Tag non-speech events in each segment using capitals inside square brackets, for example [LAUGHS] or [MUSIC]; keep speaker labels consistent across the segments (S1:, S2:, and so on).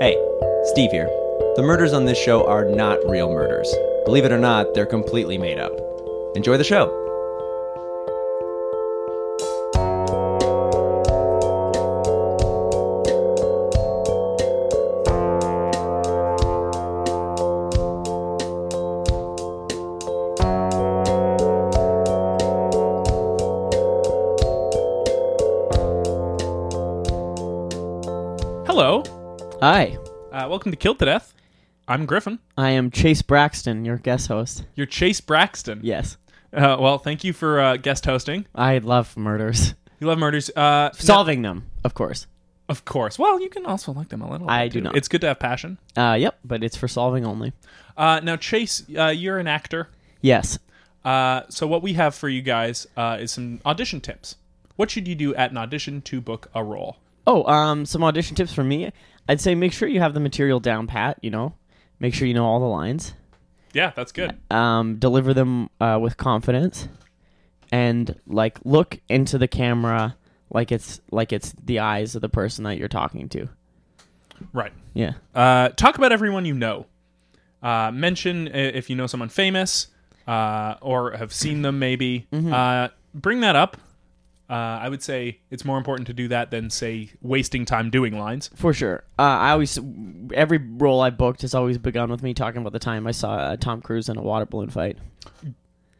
S1: Hey, Steve here. The murders on this show are not real murders. Believe it or not, they're completely made up. Enjoy the show.
S2: Hello.
S3: Hi,
S2: Uh, welcome to Killed to Death. I'm Griffin.
S3: I am Chase Braxton, your guest host.
S2: You're Chase Braxton.
S3: Yes,
S2: Uh, well, thank you for uh, guest hosting.
S3: I love murders.
S2: You love murders. Uh, no-
S3: Solving them, of course.
S2: of course. Well, you can also like them a little.
S3: I
S2: bit,
S3: do
S2: too.
S3: not.
S2: It's good to have passion.
S3: Uh, yep, but it's for solving only.
S2: Uh, now, Chase, uh, you're an actor.
S3: Yes.
S2: Uh, so what we have for you guys uh, is some audition tips. What should you do at an audition to book a role?
S3: Oh, um, some audition tips for me. I'd say make sure you have the material down pat. You know, make sure you know all the lines.
S2: Yeah, that's good.
S3: Um, deliver them uh, with confidence, and like look into the camera like it's like it's the eyes of the person that you're talking to.
S2: Right.
S3: Yeah.
S2: Uh, talk about everyone you know. Uh, mention i- if you know someone famous uh, or have seen them, maybe.
S3: Mm-hmm.
S2: Uh, bring that up. Uh, I would say it's more important to do that than, say, wasting time doing lines.
S3: For sure. Uh, I always every role I booked has always begun with me talking about the time I saw uh, Tom Cruise in a water balloon fight.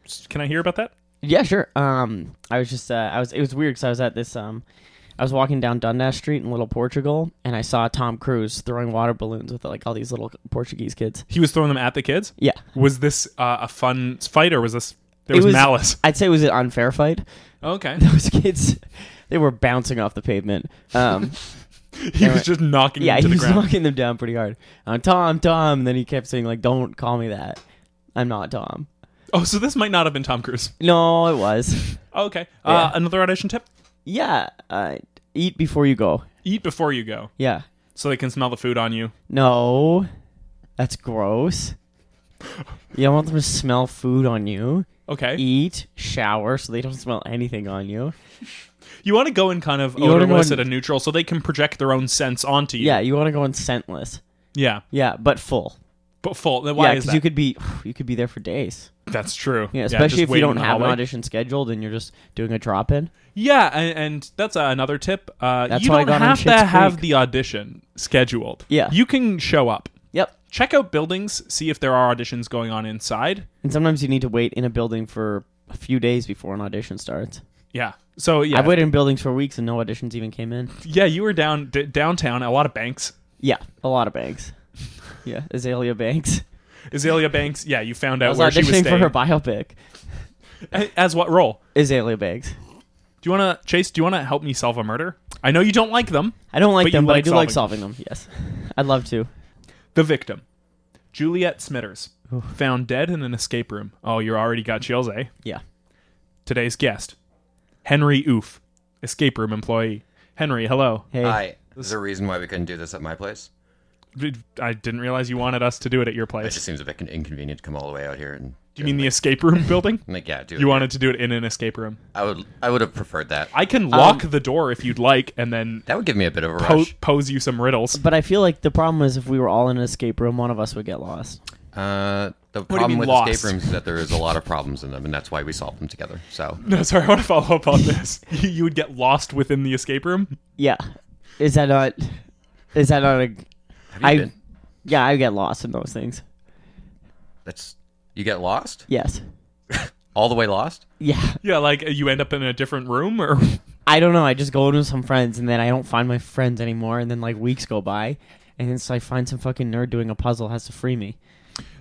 S2: S- Can I hear about that?
S3: Yeah, sure. Um, I was just uh, I was it was weird because I was at this um, I was walking down Dundas Street in Little Portugal and I saw Tom Cruise throwing water balloons with like all these little Portuguese kids.
S2: He was throwing them at the kids.
S3: Yeah,
S2: Was this uh, a fun fight or was this. There
S3: It
S2: was,
S3: was-
S2: malice. [LAUGHS]
S3: I'd say it was an unfair fight. [LAUGHS]
S2: Okay.
S3: Those kids, they were bouncing off the pavement. [LAUGHS] Um,
S2: He was just knocking
S3: yeah,
S2: them to
S3: he
S2: the
S3: was
S2: ground.
S3: knocking them down pretty hard. Uh, Tom, Tom, and then he kept saying like, "Don't call me that. I'm not Tom."
S2: oh, so this might not have been Tom Cruise.
S3: No, it was.
S2: Okay. Uh,
S3: Yeah.
S2: Another audition tip
S3: Yeah, uh, eat before you go.
S2: eat before you go
S3: Yeah.
S2: so they can smell the food on you.
S3: No, that's gross. You don't want them to smell food on you.
S2: Okay.
S3: Eat, shower, so they don't smell anything on you.
S2: You want to go in kind of
S3: You wanna go
S2: odorless
S3: in-
S2: at a neutral so they can project their own sense onto you.
S3: Yeah, you want to go in scentless.
S2: Yeah.
S3: Yeah, but full.
S2: But full. Then Why
S3: yeah,
S2: is
S3: because
S2: that?
S3: you could be [SIGHS] you could be there for days.
S2: That's true.
S3: Yeah,
S2: just
S3: especially if you
S2: waiting in
S3: don't
S2: the
S3: have an
S2: hallway.
S3: audition scheduled and you're just doing a drop in.
S2: Yeah, and, and that's uh, another tip. Uh,
S3: That's
S2: you
S3: how I
S2: don't
S3: got on
S2: have to
S3: Schitt's
S2: have
S3: Creek.
S2: the audition scheduled.
S3: Yeah.
S2: You can show up.
S3: Yep.
S2: Check out buildings, see if there are auditions going on inside.
S3: And sometimes you need to wait in a building for a few days before an audition starts.
S2: Yeah. So yeah,
S3: I've waited in buildings for weeks and no auditions even came in.
S2: yeah, you were down d- downtown, a lot of banks.
S3: Yeah, a lot
S2: [LAUGHS]
S3: of banks. Yeah, Azalea Banks.
S2: Azalea Banks. Yeah, you found
S3: I
S2: out
S3: was
S2: where she was
S3: auditioning for
S2: staying.
S3: her biopic.
S2: As what role?
S3: Azalea Banks.
S2: Do you want to Chase? Do you want to help me solve a murder? I know you don't like them.
S3: I don't like
S2: But you
S3: them, but I
S2: like
S3: do like
S2: solving
S3: solving them. Yes, I'd love to.
S2: The victim, Juliet Smitters, found dead in an escape room. Oh, you already got chills, eh?
S3: Yeah,
S2: Today's guest, Henry Oof, escape room employee. Henry, hello.
S3: hey,
S4: Hi. There's a reason why we couldn't do this at my place.
S2: Did- I didn't realize you wanted us to do it at your
S4: It
S2: place.
S4: just seems a bit inconvenient to come all the way out here and.
S2: Do you mean the escape
S4: [LAUGHS]
S2: room building?
S4: Like, yeah, do it.
S2: You wanted to do it in an escape room.
S4: I would. I would have preferred that.
S2: I can lock the door if you'd like, and then
S4: Um, That would give me a bit of a
S2: po-
S4: rush.
S2: pose you some riddles. [LAUGHS]
S3: but I feel like the problem is if we were all in an escape room, one of us would get lost.
S4: Uh, the
S2: you
S4: problem
S2: mean,
S4: with
S2: lost?
S4: escape rooms is that there is a lot of problems in them, and that's why we solve them together. So
S2: No, sorry, I want to follow up on this. [LAUGHS] you, you would get lost within the escape room.
S3: Yeah, is that not? Is that not a?
S4: have you
S3: I
S4: been?
S3: yeah, I get lost in those things.
S4: That's you get lost
S3: Yes,
S4: all the way lost.
S3: yeah.
S2: Yeah, like you end up in a different room, or
S3: I don't know. I just go in with some friends, and then I don't find my friends anymore, and then like weeks go by, and then so I find some fucking nerd doing a puzzle has to free me.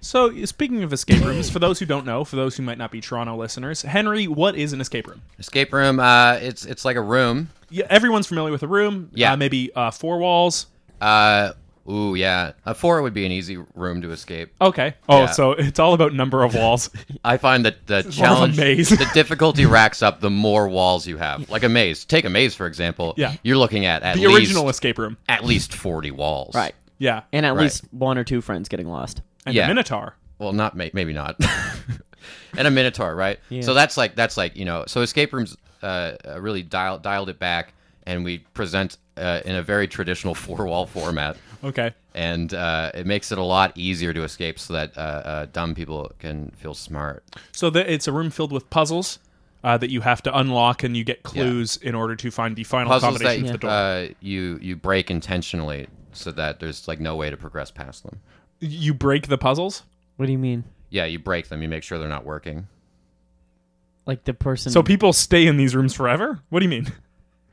S2: So, speaking of escape rooms, for those who don't know, for those who might not be Toronto listeners, Henry, what is an escape room?
S4: Escape room. Uh, it's it's like a room.
S2: Yeah, everyone's familiar with a room.
S4: Yeah.
S2: Uh, maybe uh, four walls.
S4: Uh, ooh, yeah. A four would be an easy room to escape.
S2: Okay. Oh,
S4: Yeah.
S2: so it's all about number of
S4: [LAUGHS]
S2: walls. [LAUGHS]
S4: I find that the challenge,
S2: maze.
S4: [LAUGHS] the difficulty racks up the more walls you have. Like a maze. Take a maze for example.
S2: Yeah.
S4: you're looking at
S2: [LAUGHS]
S4: at
S2: the
S4: least
S2: original escape room.
S4: at least forty walls.
S3: Right,
S2: Yeah.
S3: and at
S4: Right.
S3: least one or two friends getting lost.
S2: And
S4: Yeah.
S2: the Minotaur.
S4: Well, not may- maybe not. [LAUGHS] and a minotaur, right? So that's like that's like you know. So escape rooms uh, uh, really dialed dialed it back, and we present uh, in a very traditional [LAUGHS] four wall format,
S2: Okay.
S4: and uh, it makes it a lot easier to escape so that uh, uh, dumb people can feel smart.
S2: So the, it's a room filled with puzzles uh, that you have to unlock, and you get clues in order to find the final
S4: Puzzles
S2: combination of the
S4: that
S2: door.
S4: uh, you you break intentionally so that there's like no way to progress past them.
S2: you break the puzzles,
S3: What do you mean?
S4: Yeah, you break them. You make sure they're not working.
S3: Like the person?
S2: so people stay in these rooms forever. What do you mean? [LAUGHS]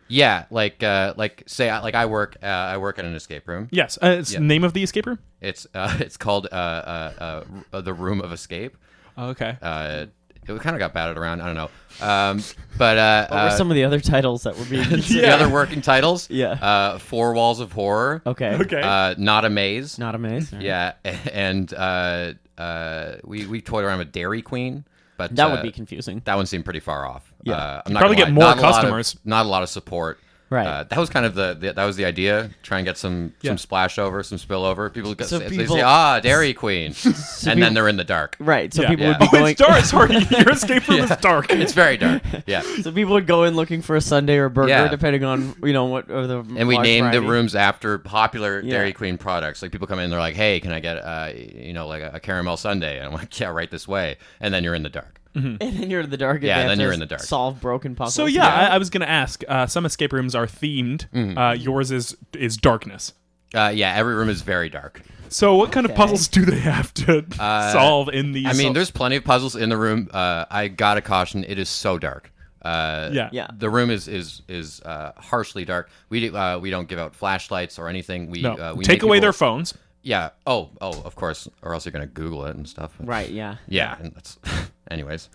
S4: Yeah, like uh, like say I- like I work uh, I work at an escape room.
S2: Yes, uh, it's the name of the escape room.
S4: It's uh, [LAUGHS] it's called uh, uh, uh, the Room of Escape.
S2: Okay.
S4: Uh, it kind of got batted around. I don't know. Um, but uh,
S3: What were
S4: uh,
S3: some of the other titles that were being?
S4: [LAUGHS] the
S3: considered?
S4: other working titles,
S3: Yeah.
S4: uh, Four Walls of Horror,
S3: Okay.
S2: [LAUGHS] okay.
S4: uh, Not a Maze,
S3: Not a maze.
S4: yeah, [LAUGHS] and uh, uh, we we toyed around with Dairy Queen, but
S3: That
S4: uh,
S3: would be confusing.
S4: that one seemed pretty far off.
S3: Yeah.
S4: uh, I'm not
S2: probably
S4: gonna
S2: get more
S4: lie, not a lot of-
S2: customers.
S4: not a lot of support.
S3: Right.
S4: Uh, that was kind of the, the that was the idea. Try and get some
S2: Yeah.
S4: some splash over, some spillover. People, get,
S3: So
S4: they
S3: people-
S4: say, "Ah,
S3: [LAUGHS]
S4: Dairy Queen," and
S3: people-
S4: then they're in the dark.
S3: Right. So
S2: Yeah.
S3: people
S4: Yeah.
S3: would be
S2: oh,
S3: going.
S2: it's [LAUGHS] dark. Sorry, your escape room is dark. [LAUGHS]
S4: It's very dark. Yeah.
S3: [LAUGHS] So people would go in looking for a Sunday or a burger,
S4: Yeah.
S3: depending on you know what or the.
S4: And we
S3: large
S4: named the
S3: variety.
S4: rooms after popular
S3: Yeah.
S4: Dairy Queen products. Like people come in, they're like, "Hey, can I get uh, you know like a, a caramel sundae?" And I'm like, "Yeah, right this way." And then you're in the dark.
S3: [LAUGHS] And then you're in the dark. and
S4: Yeah,
S3: they have
S4: then
S3: to
S4: you're in the dark.
S3: Solve broken puzzles.
S2: So yeah, I, I was gonna ask. Uh, some escape rooms are themed.
S4: Mm.
S2: Uh, yours is is darkness.
S4: Uh, yeah, every room is very dark.
S2: So what kind of puzzles do they have to [LAUGHS] solve in these?
S4: Uh, I mean, there's plenty of puzzles in the room. Uh, I gotta caution, it is so dark. Uh,
S2: yeah.
S3: Yeah.
S4: The room is is is uh, harshly dark. We do, uh, we don't give out flashlights or anything. We
S2: No,
S4: uh, we
S2: take
S4: make
S2: away
S4: people-
S2: their phones.
S4: Yeah. Oh oh, of course, or else you're gonna Google it and stuff.
S3: Right. Yeah.
S4: Yeah. And that's, [LAUGHS] anyways,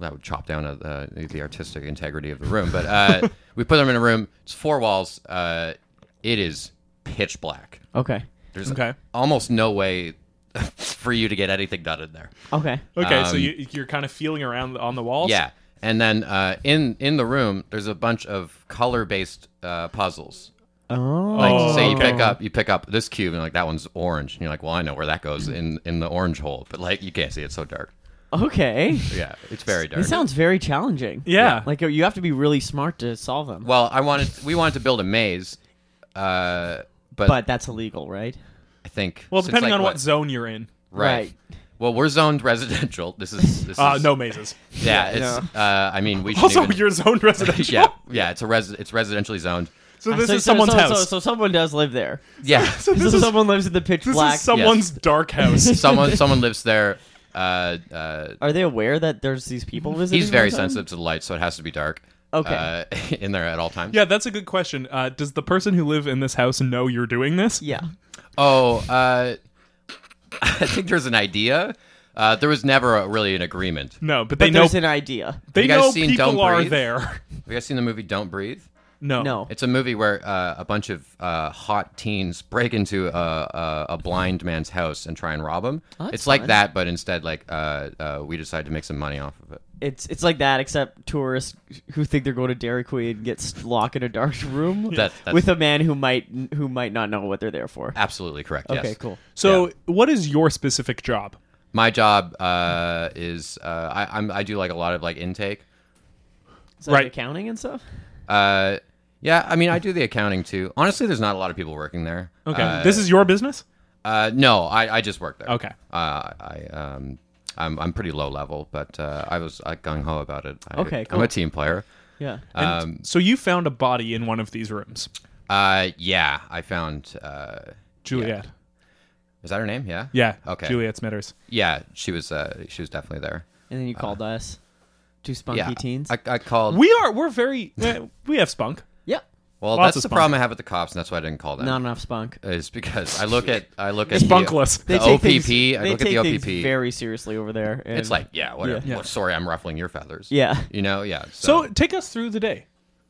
S4: that would chop down uh, the the artistic integrity of the room. But uh, [LAUGHS] we put them in a room. It's four walls. Uh, it is pitch black.
S3: Okay.
S4: There's
S2: Okay.
S4: almost no way [LAUGHS] for you to get anything done in there.
S3: Okay.
S2: Okay, so you, you're kind of feeling around on the walls.
S4: um, Yeah, and then uh, in in the room, there's a bunch of color based uh, puzzles.
S3: Oh.
S4: Like,
S2: Oh,
S4: say you
S2: okay.
S4: pick up you pick up this cube, and like that one's orange, and you're like, well, I know where that goes in in the orange hole, but like you can't see it, it's so dark. [LAUGHS]
S3: Okay.
S4: Yeah, it's very dark.
S3: It sounds very challenging.
S2: Yeah.
S3: Like you have to be really smart to solve them.
S4: well, I wanted we wanted to build a maze, uh, but,
S3: but that's illegal, right?
S4: I think
S2: Well,
S4: since,
S2: depending
S4: like,
S2: on what, zone you're in.
S4: right. Well, we're zoned residential. This is this
S2: Uh,
S4: is
S2: no mazes.
S4: [LAUGHS]
S2: [LAUGHS]
S4: yeah. It's uh, I mean we should
S2: Also,
S4: even,
S2: you're zoned residential.
S4: [LAUGHS] yeah yeah it's a res it's residentially zoned
S2: So this
S3: so,
S2: is
S3: so-
S2: someone's
S3: so-
S2: house.
S3: So, so someone does live
S2: [LAUGHS]
S3: there.
S4: yeah
S2: So this
S3: so
S2: is
S3: someone lives in the pitch
S2: this
S3: black.
S2: is someone's
S4: [LAUGHS]
S2: dark house.
S4: someone
S3: [LAUGHS]
S4: someone lives there. Uh, uh,
S3: Are they aware that there's these people visiting?
S4: he's very
S3: all the time?
S4: sensitive to the light, so it has to be dark.
S3: Okay.
S4: Uh, [LAUGHS] in there at all times.
S2: yeah, that's a good question. Uh, does the person who live in this house know you're doing this?
S3: Yeah.
S4: Oh, uh, [LAUGHS] I think there's an idea. Uh, there was never a, really an agreement.
S2: No, but
S3: But
S2: they know.
S3: there's an idea.
S2: They
S4: You guys
S2: know
S4: seen
S2: people
S4: Don't
S2: are
S4: Breathe?
S2: there. [LAUGHS]
S4: Have you guys seen the movie Don't Breathe?
S2: No.
S3: No.
S4: It's a movie where uh, a bunch of uh, hot teens break into a, a, a blind man's house and try and rob him.
S3: Oh, that's
S4: it's
S3: fun.
S4: like that, but instead, like uh, uh, we decide to make some money off of it.
S3: It's it's like that, except tourists who think they're going to Dairy Queen get locked in a dark [LAUGHS] room
S4: That- that's-
S3: with a man who might who might not know what they're there for.
S4: Absolutely correct.
S3: Okay,
S4: yes.
S3: cool.
S2: So, what is your specific job?
S4: My job uh, is uh, I, I'm, I do like a lot of like intake.
S3: Is that like
S2: Right.
S3: accounting and stuff.
S4: Uh, yeah, I mean I do the accounting too. Honestly, there's not a lot of people working there.
S2: Okay,
S4: Uh,
S2: this is your business.
S4: uh, no, I, I just work there.
S2: Okay.
S4: Uh, I um, I'm I'm pretty low level, but uh, I was like gung ho about it. I,
S3: Okay,
S4: I'm
S3: cool.
S4: a team player.
S3: Yeah.
S4: Um,
S2: So you found a body in one of these rooms,
S4: uh, yeah, I found. Uh,
S2: Juliet.
S4: is that her name? Yeah.
S2: Yeah.
S4: Okay.
S2: Juliet Smitters.
S4: Yeah, she was. Uh, she was definitely there.
S3: and then you called us, two spunky
S4: Uh, yeah.
S3: teens.
S4: I, I called.
S2: We are. We're
S4: [LAUGHS]
S2: very. eh, we have spunk.
S3: yeah.
S4: well,
S2: lots
S4: that's the
S2: of
S4: problem I have with the cops, and that's why I didn't call them.
S3: Not enough spunk.
S4: Is because I look at I look at
S2: It's bunkless.
S4: The,
S3: They take
S4: OPP.
S3: things-
S4: I
S3: they
S4: look at
S3: take
S4: the
S3: things
S4: OPP.
S3: very seriously over there. and-
S4: It's like, yeah, whatever.
S3: Yeah.
S4: Well, sorry, I'm ruffling your feathers.
S3: Yeah.
S4: You know, yeah. So,
S2: So take us through the day.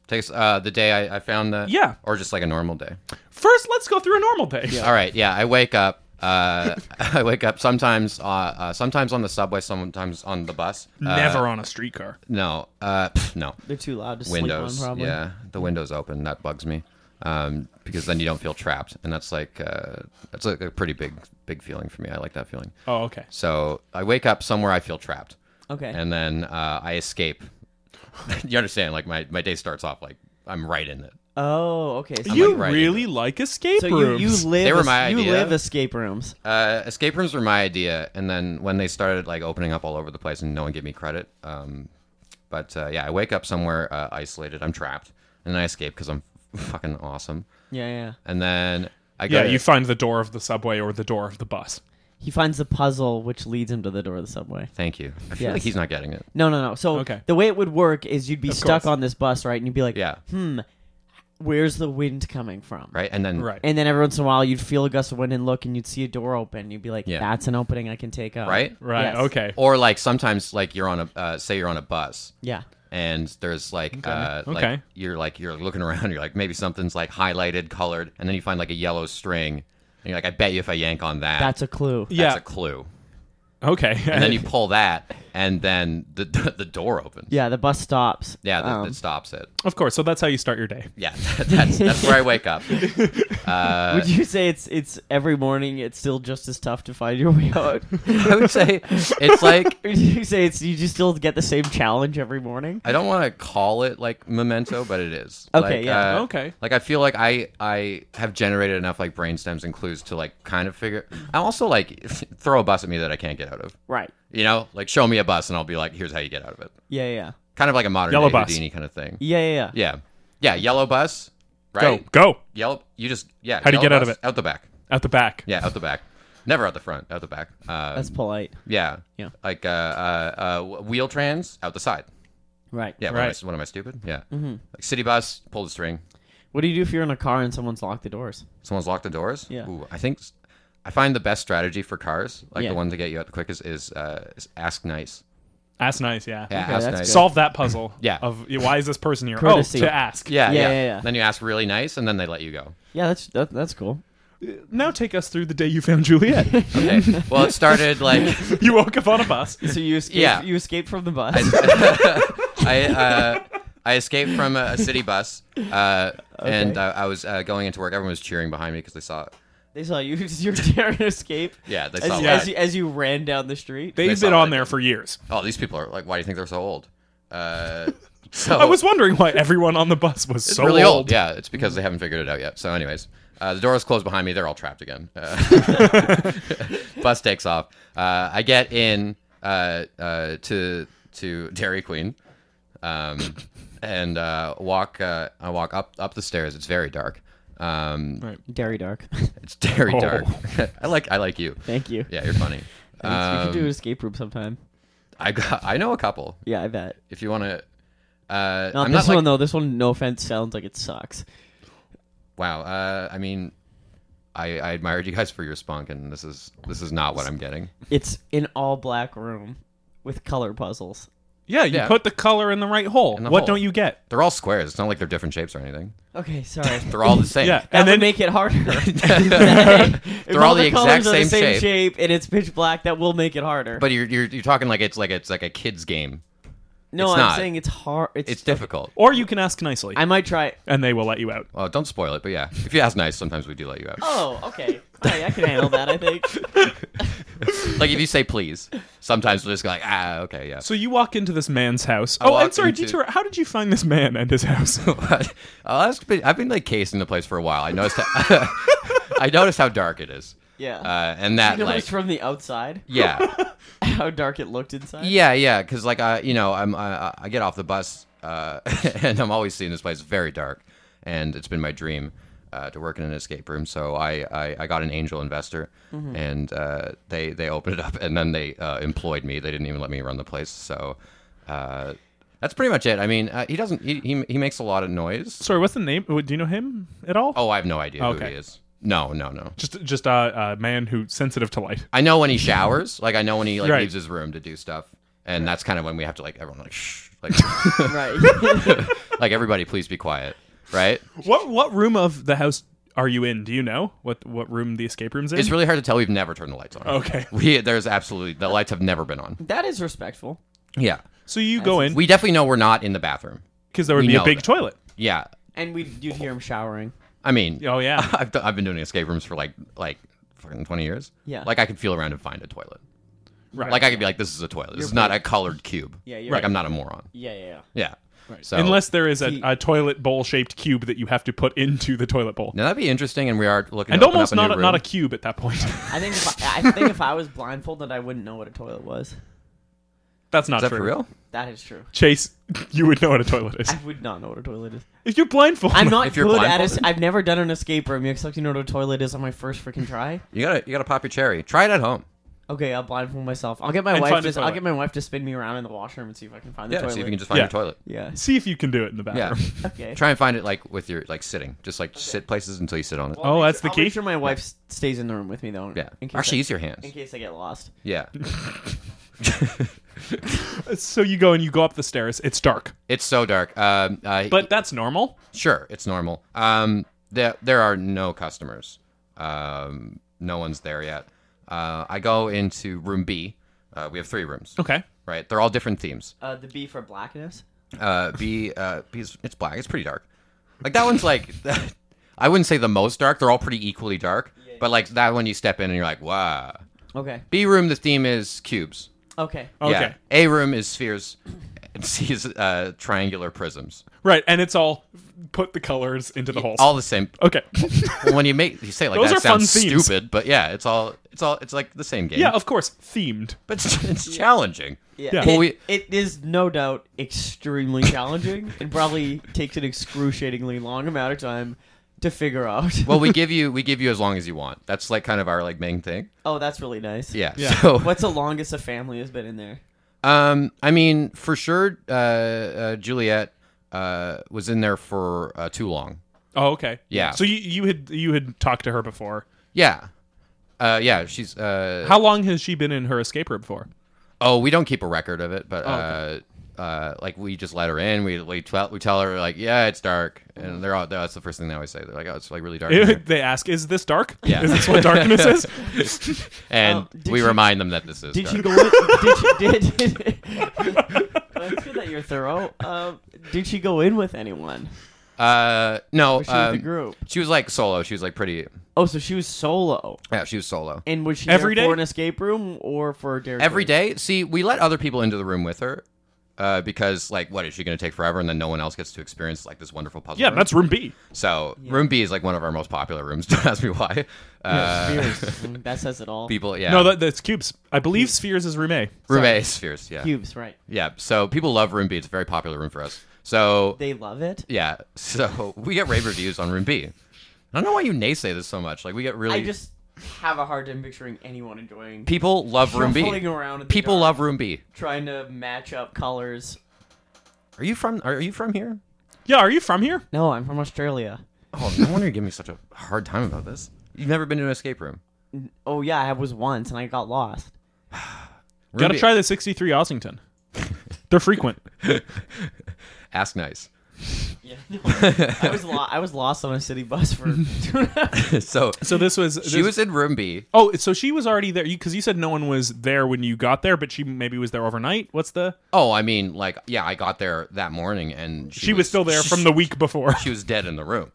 S4: takes uh, the day I, I found the
S2: Yeah.
S4: or just like a normal day.
S2: First, let's go through a normal day.
S4: All right, yeah. I wake up. Uh, [LAUGHS] I wake up sometimes. Uh, uh, sometimes on the subway. Sometimes on the bus. Uh,
S2: [LAUGHS] Never on a streetcar.
S4: No. Uh, pff, no.
S3: they're too loud to
S4: Windows.
S3: sleep on. Probably.
S4: Yeah, the windows open. That bugs me. Um, because then you don't feel trapped, and that's like uh, that's like a pretty big big feeling for me. I like that feeling.
S2: Oh, okay.
S4: So I wake up somewhere I feel trapped.
S3: Okay.
S4: and [LAUGHS] then uh, I escape. you understand? Like my, my day starts off like I'm right in it.
S3: Oh, okay. So
S2: you
S4: like writing.
S2: really like escape
S3: so you,
S2: rooms.
S3: you live
S4: They were
S3: es-
S4: my
S3: you
S4: idea.
S3: live escape rooms.
S4: Uh, escape rooms were my idea, and then when they started like opening up all over the place, and no one gave me credit. Um, but uh, yeah, I wake up somewhere uh, isolated. I'm trapped, and then I escape because I'm [LAUGHS] fucking awesome.
S3: Yeah, yeah.
S4: And then I go.
S2: [LAUGHS] yeah,
S4: to-
S2: you find the door of the subway or the door of the bus.
S3: He finds the puzzle which leads him to the door of the subway.
S4: Thank you. I feel
S3: Yes.
S4: like he's not getting it.
S3: No, no, no. So
S2: Okay.
S3: the way it would work is you'd be stuck
S2: course.
S3: on this bus, right? And you'd be like,
S4: Yeah.
S3: hmm, where's the wind coming from?
S4: Right, Mm. and then
S2: Right.
S3: And then every once in a while, you'd feel a gust of wind and look, and you'd see a door open. And you'd be like,
S4: Yeah.
S3: "That's an opening I can take out."
S4: Right?
S2: Right.
S3: Yes.
S2: Okay.
S4: or like sometimes like you're on a uh, say you're on a bus
S3: Yeah.
S4: and there's like uh like
S2: Okay.
S4: you're like you're looking around you're like maybe something's like highlighted colored and then you find like a yellow string and you're like i bet you if i yank on that
S3: That's a clue.
S4: that's
S2: yeah.
S4: a clue
S2: Okay. [LAUGHS]
S4: and then you pull that and then the [LAUGHS] the, door opens
S3: Yeah. The bus stops.
S4: yeah that,
S3: Um,
S4: that stops it
S2: of course. So that's how you start your day.
S4: yeah [LAUGHS] that's that's where i
S3: [LAUGHS]
S4: wake up uh,
S3: [LAUGHS] would you say it's it's every morning? It's still just as tough to find your way
S2: [LAUGHS]
S3: out.
S4: [LAUGHS] i would say
S3: [LAUGHS]
S4: it's like
S3: would you say it's you just still get the same challenge every morning?
S4: I don't want to call it like memento, but it is.
S3: Okay,
S4: Like,
S3: yeah.
S4: uh,
S2: Okay.
S4: Like I feel like I I have generated enough like brainstems and clues to like kind of figure. I also like [LAUGHS] throw a bus at me that I can't get out of.
S3: Right.
S4: You know, like show me a bus and I'll be like, here's how you get out of it.
S3: Yeah. Yeah.
S4: Kind of like a modern
S2: Yellow
S4: day
S2: bus.
S4: Houdini kind of thing.
S3: Yeah. Yeah. Yeah.
S4: Yeah, yeah. Yellow bus, right?
S2: Go. Go.
S4: Yellow. You just yeah.
S2: How do you
S4: yellow
S2: get out
S4: bus,
S2: of it?
S4: Out the back.
S2: At the back.
S4: Yeah, out the back. Never out the front. Out the back. Uh,
S3: That's polite.
S4: yeah.
S3: Yeah.
S4: Like uh, uh, uh, wheel trans out the side.
S3: Right.
S4: Yeah, what, am
S2: Right.
S4: I, what am I stupid? Yeah.
S3: Mm-hmm.
S4: Like city bus, pull the string.
S3: What do you do if you're in a car and someone's locked the doors?
S4: Someone's locked the doors.
S3: Yeah.
S4: Ooh, I think s- I find the best strategy for cars, like
S3: Yeah.
S4: the one to get you out the quickest, is, uh, is ask nice.
S2: That's nice. Yeah.
S4: Yeah,
S3: Okay,
S4: ask
S3: that's
S4: nice.
S2: [LAUGHS]
S3: good.
S2: Solve that puzzle.
S4: [CLEARS THROAT] Yeah.
S2: Of yeah, why is this person here?
S3: Courtesy.
S2: Oh, to ask.
S4: Yeah,
S3: Yeah,
S4: yeah,
S3: yeah, yeah.
S4: Then you ask really nice, and then they let you go.
S3: Yeah. That's that, that's cool.
S2: Uh, Now take us through the day you found Juliet.
S3: [LAUGHS]
S4: [LAUGHS] Okay. well, it started like [LAUGHS]
S2: you woke up on a bus.
S3: So you escape.
S4: Yeah.
S3: You escape from the bus. [LAUGHS]
S4: I uh, I escaped from a, a city bus, uh, and
S3: Okay.
S4: uh, I was uh, going into work. Everyone was cheering behind me because they saw.
S3: They saw you. [LAUGHS] You're daring to escape.
S4: Yeah, they
S3: As,
S4: saw.
S3: as
S4: that.
S3: you, as you ran down the street.
S2: They've
S4: They
S2: been
S4: sound
S2: on
S4: like
S2: there for years.
S4: oh, these people are like, why do you think they're so old?
S3: [LAUGHS]
S4: Uh, so
S2: I was wondering why everyone on the bus was
S4: It's
S2: so
S4: really old. Yeah, it's because they haven't figured it out yet. So, anyways, uh, the door is closed behind me. They're all trapped again. Uh, bus takes off. Uh, I get in uh, uh, to to Dairy Queen, um, and uh, walk. Uh, I walk up up the stairs. It's very dark. Um,
S2: Right.
S3: Dairy Dark.
S4: It's very
S2: Oh.
S4: dark. [LAUGHS] I like I like you.
S3: [LAUGHS] Thank you.
S4: Yeah, you're funny.
S3: Thanks. we should do an
S4: Um,
S3: escape room sometime.
S4: I got, I know a couple.
S3: Yeah, I bet.
S4: If you want to, uh,
S3: Not
S4: I'm
S3: this
S4: not like
S3: one though. This one, no offense, sounds like it sucks.
S4: Wow. Uh, I mean, I, I admired you guys for your spunk, and this is this is not what I'm getting.
S3: It's an all black room with color puzzles.
S2: Yeah, you
S4: Yeah.
S2: put the color in the right hole.
S4: In the
S2: what
S4: hole.
S2: don't you get?
S4: They're all squares. It's not like they're different shapes or anything.
S3: Okay,
S4: [LAUGHS]
S3: sorry.
S4: They're all the same.
S2: Yeah,
S3: That
S2: and
S3: would
S2: then
S3: make it harder. [LAUGHS] If
S4: They're all the exact
S3: colors are
S4: same shape.
S3: and it's pitch black. That will make it harder.
S4: But you're, you're you're talking like it's like it's like a kids game.
S3: no,
S4: it's
S3: I'm
S4: not.
S3: saying it's hard. It's,
S4: It's difficult.
S2: or you can ask nicely,
S3: I might try.
S2: and they will let you out.
S4: Well, don't spoil it. But yeah, if you ask nice, sometimes we do let you out.
S3: Oh, okay. All right, I can handle that. I
S4: [LAUGHS]
S3: think.
S4: Like if you say please, sometimes we'll just go like ah okay yeah.
S2: So you walk into this man's house.
S4: I
S2: oh, I'm
S4: walk
S2: sorry,
S4: into-
S2: detour. How did you find this man and his
S4: [LAUGHS]
S2: house?
S4: I'll ask, but I've been like casing the place for a while. I noticed how, [LAUGHS] I noticed how dark it is.
S3: Yeah.
S4: Uh, and
S3: you
S4: that
S3: know,
S4: like
S3: it's from the
S4: [LAUGHS]
S3: outside.
S4: yeah.
S3: How dark it looked inside.
S4: Yeah, yeah, because like I, you know, I'm I, I get off the bus uh, [LAUGHS] and I'm always seeing this place very dark, and it's been my dream uh, to work in an escape room. So I I, I got an angel investor,
S2: Mm-hmm.
S4: and uh, they they opened it up, and then they uh, employed me. They didn't even let me run the place. So. Uh, that's pretty much it. I mean, uh, he doesn't. He, he he makes a lot of noise.
S2: sorry, what's the name? Do you know him at all?
S4: Oh, I have no idea who
S2: Okay.
S4: he is. No, no, no.
S2: Just, just a, a man who's sensitive to light.
S4: I know when he showers. Like I know when he like
S2: Right.
S4: leaves his room to do stuff, and that's kind of when we have to like everyone like shh, like
S2: [LAUGHS]
S4: [LAUGHS]
S3: Right.
S4: like everybody please be quiet right
S2: [LAUGHS] What, what room of the house are you in? Do you know what, what room the escape room's in?
S4: it's really hard to tell we've never turned the lights
S2: [LAUGHS]
S4: on
S2: Okay.
S4: we there's absolutely the lights have never been on
S3: that is respectful.
S4: yeah
S2: so you go in
S4: we definitely know we're not in the bathroom
S2: because there would
S4: we
S2: be a
S4: know
S2: big
S4: that.
S2: toilet.
S4: yeah
S3: And we you'd hear him showering.
S4: i mean
S2: Oh yeah.
S4: [LAUGHS] I've, done, I've been doing escape rooms for like like fucking 20 years
S3: Yeah.
S4: like i could feel around and find a toilet
S2: Right.
S4: like i could be like this is a toilet this is not a colored cube
S3: Yeah,
S4: yeah
S3: you're
S4: like
S3: right.
S4: i'm not a moron
S3: Yeah, yeah, yeah.
S4: yeah So
S2: Unless there is a, a toilet bowl shaped cube that you have to put into the toilet bowl.
S4: now that'd be interesting, and we are looking
S2: And
S4: to open
S2: almost
S4: up a
S2: not
S4: new
S2: a, not a
S4: room.
S2: cube at that point. [LAUGHS]
S3: I think if I, I think if I was blindfolded, I wouldn't know what a toilet was.
S2: That's not
S4: Is that
S2: true.
S4: for real?
S3: That is true.
S2: Chase, [LAUGHS] you would know what a toilet is.
S3: I would not know what a toilet is.
S2: If you're blindfolded,
S3: I'm not
S4: [LAUGHS] If you're
S3: good at it.
S4: blindfolded?
S3: I've never done an escape room. You expect you know what a toilet is on my first freaking try?
S4: You gotta you gotta pop your cherry. Try it at home.
S3: Okay, I'll blindfold myself. I'll get my
S2: And
S3: wife.
S2: find a
S3: To, I'll
S2: toilet.
S3: get my wife to spin me around in the washroom and see if I can find the
S4: Yeah,
S3: toilet.
S4: see if you can just find
S2: Yeah.
S4: your toilet.
S2: [LAUGHS]
S3: yeah.
S2: See if you can do it in the
S4: Yeah,
S2: bathroom.
S3: Okay.
S4: try and find it like with your like sitting, just like sit places until you sit on it.
S2: Oh, that's the
S3: I'll make
S2: key.
S3: sure my wife s- stays in the room with me though.
S4: yeah,
S3: In case
S4: actually
S3: I,
S4: use your hands.
S3: in case I get lost.
S4: Yeah,
S2: [LAUGHS] So you go and you go up the stairs. It's dark,
S4: it's so dark. Um, uh,
S2: but that's normal.
S4: Sure, it's normal. Um, there there are no customers. Um, no one's there yet. Uh, I go into room B. Uh, we have three rooms,
S2: Okay.
S4: right? They're all different themes.
S3: Uh, the B for blackness.
S4: Uh, B, uh, B's, it's black. It's pretty dark. Like that one's like, [LAUGHS] I wouldn't say the most dark. They're all pretty equally dark. But like that one, you step in and you're like, wow.
S3: Okay.
S4: B room, the theme is cubes.
S3: Okay.
S2: Okay.
S4: Yeah. A room is spheres, and C is uh, triangular prisms.
S2: Right, and it's all put the colors into the holes.
S4: All the same.
S2: [LAUGHS] okay.
S4: Well, when you make you say it like
S2: Those
S4: that,
S2: are
S4: it sounds
S2: fun themes.
S4: stupid, but yeah, it's all it's all it's like the same game.
S2: yeah, of course, themed.
S4: but it's, it's challenging.
S2: Yeah.
S3: It-
S4: Well, we-
S3: it is no doubt extremely challenging and
S4: [LAUGHS]
S3: probably takes an excruciatingly long amount of time to figure out.
S4: Well, we give you we give you as long as you want. That's like kind of our like main thing.
S3: oh, that's really nice.
S4: Yeah.
S2: Yeah.
S4: So,
S3: What's the longest a family has been in there?
S4: um, I mean, for sure, uh, uh, Juliet uh was in there for uh, too long.
S2: Oh, okay.
S4: Yeah.
S2: So you you had you had talked to her before.
S4: Yeah. Uh, yeah, she's uh.
S2: How long has she been in her escape room for?
S4: Oh, we don't keep a record of it, but
S3: Oh,
S4: uh, uh, like we just let her in. We we tell we tell her like, yeah, it's dark, and they're all that's the first thing they always say. They're like, oh, it's like really
S3: [LAUGHS]
S4: dark. in here."
S2: [LAUGHS] they ask, "Is this dark?
S4: Yeah.
S2: Is this what darkness is?"
S4: and
S3: Oh, did
S4: we
S3: you-
S4: remind them that this is.
S3: Did
S4: dark.
S3: you go in? Did you [LAUGHS] did? did Well, it's good that you're thorough. Uh, did she go in with anyone?
S4: Uh, no,
S3: Was she
S4: um,
S3: with the group?
S4: she was like solo. She was like pretty.
S3: Oh, so she was solo.
S4: Yeah, she was solo.
S3: And was she
S2: Every
S3: there
S2: day?
S3: for an escape room or for a dare?
S4: Every day, see, we let other people into the room with her, uh, because like, what is she going to take forever, and then no one else gets to experience like this wonderful puzzle.
S2: yeah,
S4: room?
S2: that's room B.
S4: so. Room B is like one of our most popular rooms. [LAUGHS] Don't ask me why. Uh,
S3: [LAUGHS] Spheres. Mm, that says it all.
S4: people, yeah,
S2: No, that, that's cubes. I believe spheres is room A.
S4: room A is fierce. Yeah,
S3: Cubes, right?
S4: yeah. So people love room B. It's a very popular room for us. So
S3: They love it.
S4: yeah, so [LAUGHS] we get rave reviews on room B. I don't know why you naysay this so much. Like we get really
S3: I just have a hard time picturing anyone enjoying
S4: people love room B.
S3: shuffling around. In the
S4: People
S3: dark,
S4: love room B.
S3: trying to match up colors.
S4: Are you from? Are you from here?
S2: Yeah, are you from here?
S3: No, I'm from Australia.
S4: Oh, no wonder you give me such a hard time about this. You've never been to an escape room.
S3: Oh yeah, I was once and I got lost.
S4: Room
S2: Got to
S4: B-
S2: try the 63 Ossington. They're frequent.
S4: Ask
S2: [LAUGHS]
S4: nice.
S3: Yeah, no, [LAUGHS] I was lo- I was lost on a city bus [LAUGHS] for two and a half.
S4: so
S2: So this was
S4: she
S2: this-
S4: was in room B.
S2: Oh, so she was already there because you, said no one was there when you got there, but she maybe was there overnight. What's the?
S4: Oh, I mean, like, yeah, I got there that morning, and she,
S2: She, was, still there from the week before.
S4: She was dead in the room.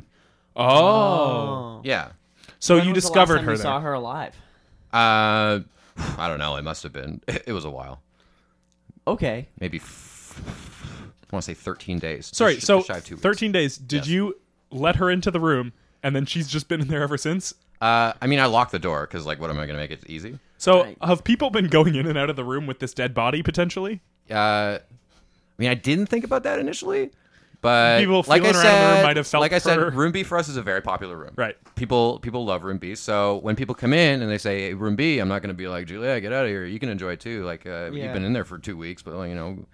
S2: Oh,
S4: Yeah.
S2: so
S3: When
S2: you
S3: was the last
S2: discovered
S3: time
S2: her
S3: You saw
S2: there.
S3: her alive.
S4: Uh, I don't know. It must have been. [LAUGHS] It, it was a while.
S3: Okay.
S4: Maybe. F- I want to say thirteen days.
S2: Sorry,
S4: Just-
S2: so
S4: just shy of two weeks.
S2: thirteen days. Did
S4: Yes.
S2: you let her into the room, and then she's just been in there ever since?
S4: Uh, I mean, I locked the door because, like, what am I going to make it easy?
S2: So
S3: Right.
S2: have people been going in and out of the room with this dead body potentially?
S4: Uh, I mean, I didn't think about that initially, but
S2: People
S4: like I
S2: feeling around in the room
S4: said,
S2: might have felt
S4: like I
S2: her.
S4: said, room B for us is a very popular room.
S2: Right.
S4: People people love room B. So when people come in and they say hey, room B, I'm not going to be like Julia, get out of here. You can enjoy it too. Like uh, you've
S3: Yeah.
S4: been in there for two weeks, but like, you know,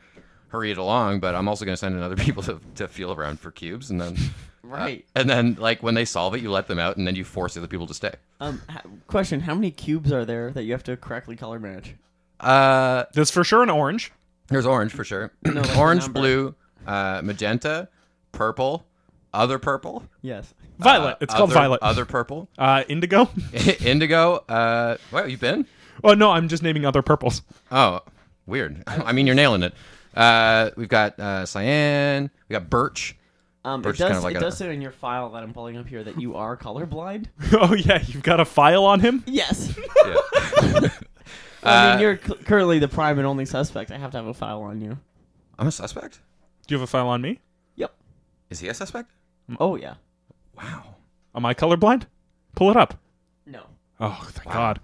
S4: hurry it along. But I'm also going to send in other [LAUGHS] people to to feel around for cubes, and then
S3: Right.
S4: and then like when they solve it, you let them out, and then you force the other people to stay.
S3: Um. h- question: How many cubes are there that you have to correctly color match?
S4: Uh,
S2: There's for sure an orange.
S4: There's orange for sure.
S3: that's the
S4: orange,
S3: number.
S4: blue, uh, magenta, purple, other purple.
S3: Yes.
S2: Violet. it's called
S4: Uh, other-
S2: Violet.
S4: [LAUGHS] Other purple.
S2: Uh, indigo.
S4: Indigo. Uh, where have you been?
S2: oh no, I'm just naming other purples. [LAUGHS]
S4: Oh, weird. I mean, you're nailing it. Uh, we've got uh, cyan. We got birch.
S3: Um. It
S4: Birch is
S3: does.
S4: kind of like
S3: it
S4: a-
S3: does say in your file that I'm pulling up here that you are colorblind.
S2: oh yeah, you've got a file on him.
S3: [LAUGHS] yes. [LAUGHS]
S4: Yeah.
S3: I
S4: Uh,
S3: Uh, mean, you're c- currently the prime and only suspect. I have to have a file on you.
S4: [LAUGHS] I'm a suspect.
S2: Do you have a file on me?
S3: Yep.
S4: Is he a suspect?
S3: Oh yeah.
S4: Wow.
S2: Am I colorblind? Pull it up.
S3: No.
S2: Oh, thank God.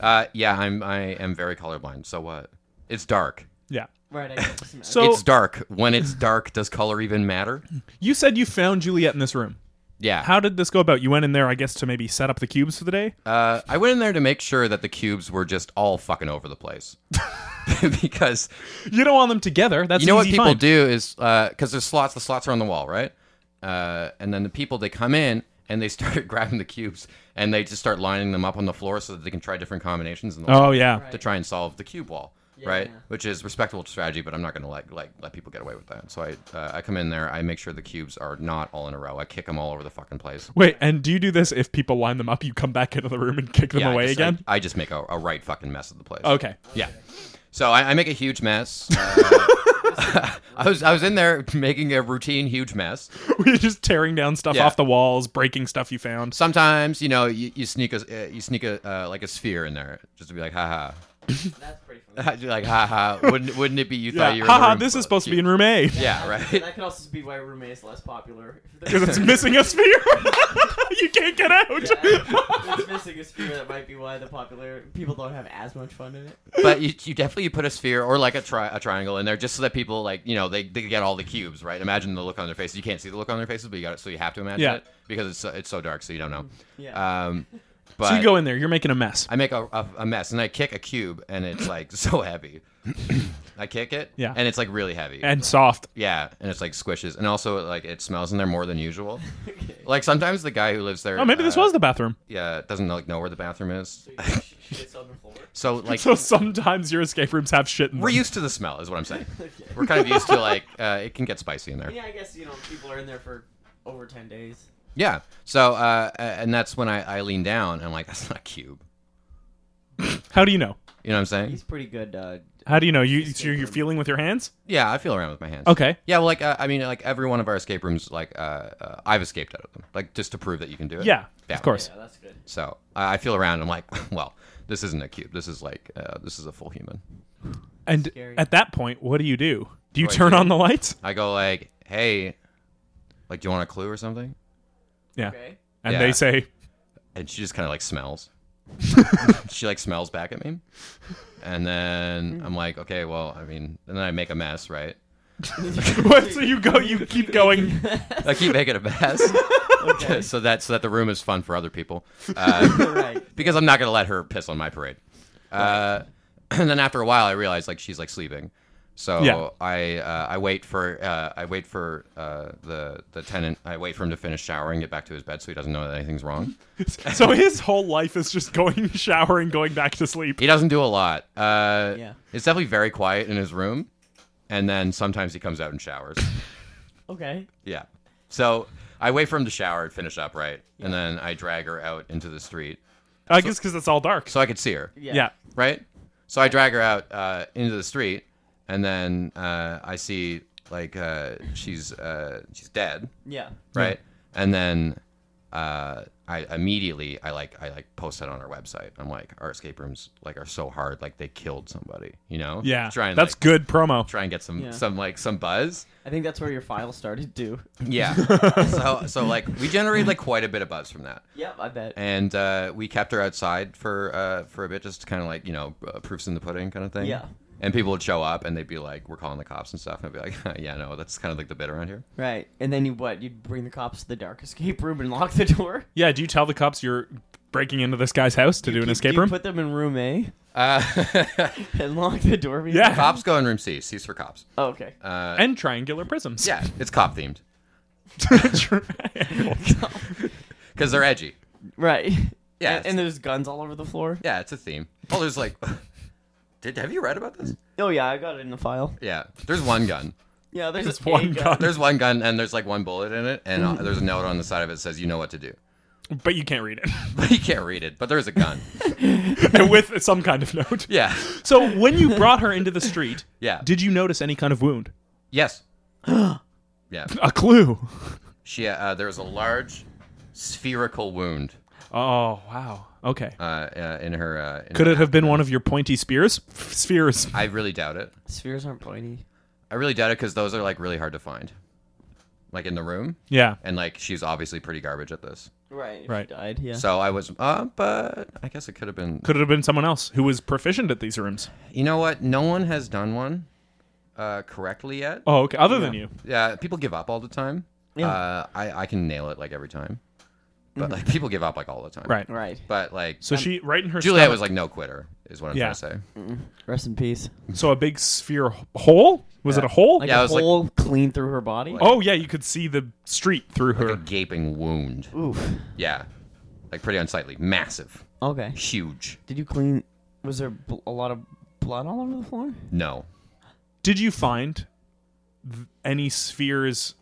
S4: Uh, yeah, I'm. I am very colorblind. So what? It's dark.
S2: Yeah.
S3: Right. I guess.
S2: So
S4: it's dark. When it's dark, does color even matter?
S2: you said you found Juliet in this room.
S4: Yeah.
S2: How did this go about? You went in there, I guess, to maybe set up the cubes for the day.
S4: Uh, I went in there to make sure that the cubes were just all fucking over the
S2: [LAUGHS]
S4: place. [LAUGHS] because
S2: You don't want them together. That's
S4: you know what
S2: easy
S4: people
S2: find.
S4: do is because there's slots. The slots are on the wall, right? Uh, and then the people they come in and they [LAUGHS] start grabbing the cubes and they just start lining them up on the floor so that they can try different combinations in the wall
S2: Oh yeah.
S4: to try and solve the cube wall, right? Which is respectable strategy, but I'm not going to like like let people get away with that. So I uh, I come in there, I make sure the cubes are not all in a row. I kick them all over the fucking place.
S2: Wait, and do you do this if people line them up? You come back into the room and kick them
S4: Yeah, I
S2: away
S4: just- I-
S2: again. Oh,
S4: I, just make a, a right fucking mess of the place.
S2: okay.
S4: Yeah. So I, I make a huge mess. [LAUGHS] Uh, I was I was in there making a routine huge mess.
S2: [LAUGHS] We're just tearing down stuff
S4: Yeah.
S2: off the walls, breaking stuff you found.
S4: Sometimes you know you, you sneak a uh, you sneak a uh, like a sphere in there just to be like haha. [LAUGHS]
S3: That's pretty funny. [LAUGHS]
S4: You're like haha. Wouldn't wouldn't it be you thought
S2: Yeah.
S4: you were in the
S2: Haha,
S4: room
S2: this
S4: full
S2: is
S4: of
S2: supposed to be in
S4: cubes?
S2: room A. [LAUGHS]
S4: Yeah, right. [LAUGHS]
S3: That could also be why Room A is less popular. [LAUGHS]
S2: Because it's missing a sphere. [LAUGHS] you can't get out.
S3: What's missing is fear. That might be why the popular people don't have as much fun in it.
S4: but you, you definitely put a sphere or like a tri- a triangle in there just so that people like you know they, they get all the cubes right. Imagine the look on their faces. You can't see the look on their faces, but you got it, so you have to imagine
S2: Yeah.
S4: it because it's so, it's so dark, so you don't know.
S3: Yeah.
S4: Um, but
S2: So you go in there, you're making a mess.
S4: I make a, a, a mess and I kick a cube and it's like [LAUGHS] so heavy. I kick it,
S2: Yeah.
S4: and it's like really heavy,
S2: And soft.
S4: yeah, and it's like squishes, and also like it smells in there more than usual. Like sometimes the guy who lives there,
S2: Oh, maybe this
S4: uh,
S2: was the bathroom.
S4: yeah, doesn't like know where the bathroom is.
S3: Shit's on the [LAUGHS] floor.
S2: [LAUGHS]
S4: So like
S2: So sometimes your escape rooms have shit in them.
S4: we're used to the smell, is what I'm saying. We're kind of used to like [LAUGHS] uh, it can get spicy in there.
S3: Yeah, I guess you know people are in there for over ten days.
S4: Yeah. So, uh, and that's when I, I lean down and I'm like, that's not a cube.
S2: How do you know?
S4: You know what I'm saying?
S3: He's pretty good. Uh,
S2: How do you know? You so you're feeling with your hands?
S4: Yeah, I feel around with my hands.
S2: Okay.
S4: Yeah, well, like uh, I mean, like every one of our escape rooms, like uh, uh, I've escaped out of them, like just to prove that you can do it.
S2: Yeah,
S4: Yeah.
S2: of course.
S3: yeah, that's good.
S4: So I I feel around. I'm like, [LAUGHS] well, this isn't a cube. This is like uh, this is a full human.
S2: And
S3: Scary.
S2: at that point, what do you do? Do you
S4: Right
S2: turn
S4: here.
S2: on the lights?
S4: I go like, hey, like, do you want a clue or something?
S2: Yeah.
S3: Okay.
S2: And
S4: Yeah.
S2: they say,
S4: And she just kind of like smells. [LAUGHS] she like smells back at me, and then I'm like, okay, well, I mean, and then I make a mess, right?
S2: [LAUGHS] what? So you go, you keep going.
S4: I keep making a mess.
S3: Okay.
S4: [LAUGHS] so that so that the room is fun for other people. Uh,
S3: [LAUGHS] right.
S4: because I'm not gonna let her piss on my parade. Uh, [CLEARS THROAT] and then after a while, I realize like she's like sleeping. So
S2: Yeah.
S4: I uh, I wait for uh, I wait for uh, the the tenant. I wait for him to finish showering, get back to his bed, so he doesn't know that anything's wrong.
S2: So his whole life is just going [LAUGHS] showering, going back to sleep.
S4: He doesn't do a lot. Uh,
S3: Yeah.
S4: It's definitely very quiet in his room, and then sometimes he comes out and showers.
S3: Okay.
S4: Yeah. So I wait for him to shower and finish up, right? And then I drag her out into the street
S2: I guess because it's all dark.
S4: so I could see her.
S2: yeah.
S4: right? So I drag her out uh, into the street, and then uh, I see like uh, she's uh, she's dead,
S3: Yeah.
S4: right? And then uh, I immediately I like I like post that on our website. I'm like, our escape rooms like are so hard, like they killed somebody, you know?
S2: Yeah.
S4: try and
S2: That's
S4: like,
S2: good promo.
S4: Try and get some
S3: Yeah.
S4: some like some buzz.
S3: I think that's where your file started too.
S2: [LAUGHS]
S4: Yeah. so so like we generated like quite a bit of buzz from that.
S3: Yep, I bet.
S4: And uh, we kept her outside for uh, for a bit, just kind of like you know uh, proofs in the pudding kind of thing.
S3: Yeah.
S4: And people would show up, and they'd be like, "We're calling the cops and stuff." And I'd be like, [LAUGHS] "Yeah, no, that's kind of like the bit around here."
S3: Right. And then you what? You'd bring the cops to the dark escape room and lock the door.
S2: Yeah. Do you tell the cops you're breaking into this guy's house to do an
S3: You-
S2: escape
S3: you
S2: room?
S3: Put them in room A
S4: Uh, [LAUGHS]
S3: and lock the door. behind
S2: Yeah.
S3: them?
S4: cops go in room C. C's for cops.
S3: Oh, okay.
S4: Uh,
S2: and triangular prisms. [LAUGHS]
S4: yeah, it's cop themed
S2: Triangles.
S4: because they're edgy.
S3: Right.
S4: Yeah,
S3: And, and there's guns all over the floor.
S4: Yeah, it's a theme. Oh, there's like, [LAUGHS] did have you read about this?
S3: Oh yeah, I got it in the file.
S4: Yeah, there's one gun.
S3: Yeah, there's,
S2: There's
S3: a
S2: one
S3: gun.
S2: gun,
S4: There's one gun, and there's like one bullet in it, and uh, there's a note on the side of it that says, "You know what to do," [LAUGHS]
S2: but you can't read it [LAUGHS]
S4: but you can't read it. But there's a gun.
S2: with some kind of note.
S4: Yeah.
S2: So when you brought her into the street,
S4: Yeah.
S2: did you notice any kind of wound?
S4: Yes. yeah.
S2: A clue.
S4: She uh, there was a large spherical wound
S2: Oh wow. Okay.
S4: uh, uh, in her. Uh, in
S2: Could
S4: her-
S2: it have been one of your pointy spears? Spheres.
S4: I really doubt it.
S3: Spheres aren't pointy.
S4: I really doubt it because those are like really hard to find, like in the room,
S2: Yeah.
S4: and like she's obviously pretty garbage at this.
S3: Right.
S2: Right.
S3: Died. Yeah.
S4: So I was, uh, but I guess it could have been.
S2: Could it have been someone else who was proficient at these rooms?
S4: You know what? No one has done one uh, correctly yet.
S2: Oh, okay. Other than you.
S4: Yeah, people give up all the time.
S3: Yeah.
S4: Uh, I I can nail it like every time, but like people give up like all the time.
S2: Right.
S3: Right.
S4: But like
S2: So she, right in her
S4: Juliet
S2: stomach-
S4: was like no quitter is what I'm
S2: Yeah.
S4: trying to say.
S3: Rest in peace.
S2: So a big sphere h- hole? Was it a hole?
S3: Like
S4: Yeah, I
S3: a
S4: was like-
S3: hole clean through her body.
S2: oh, yeah. You could see the street through her.
S4: A gaping wound.
S3: Oof.
S4: Yeah, like pretty unsightly, massive,
S3: Okay.
S4: huge.
S3: Did you clean? Was there bl- a lot of blood all over the floor?
S4: No,
S2: Did you find th- any spheres,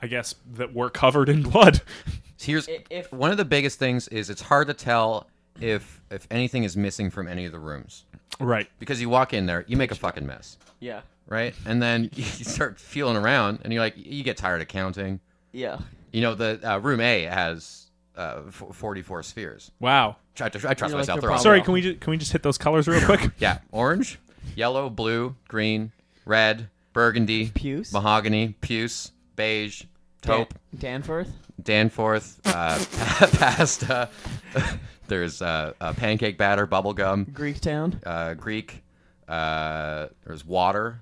S2: I guess, that were covered in blood? [LAUGHS]
S4: Here's
S3: if-
S4: one of the biggest things is it's hard to tell if if anything is missing from any of the rooms
S2: right.
S4: because you walk in there, you make a fucking mess,
S3: Yeah.
S4: right? And then [LAUGHS] you start feeling around, and you're like, you get tired of counting.
S3: Yeah.
S4: You know, the uh, room A has uh, f- 44 spheres.
S2: Wow.
S4: Try to, I trust
S3: You know, like they're
S4: myself. they're all-
S2: Sorry, can we just, can we just hit those colors real
S4: [LAUGHS]
S2: quick?
S4: yeah, orange, yellow, blue, green, red, burgundy,
S3: Puce?
S4: mahogany, puce, beige, taupe.
S3: Dan- Danforth.
S4: Danforth, uh, [LAUGHS] pasta. [LAUGHS] There's uh, uh, pancake batter, bubble gum,
S3: Greek town.
S4: uh, Greek. Uh, there's water,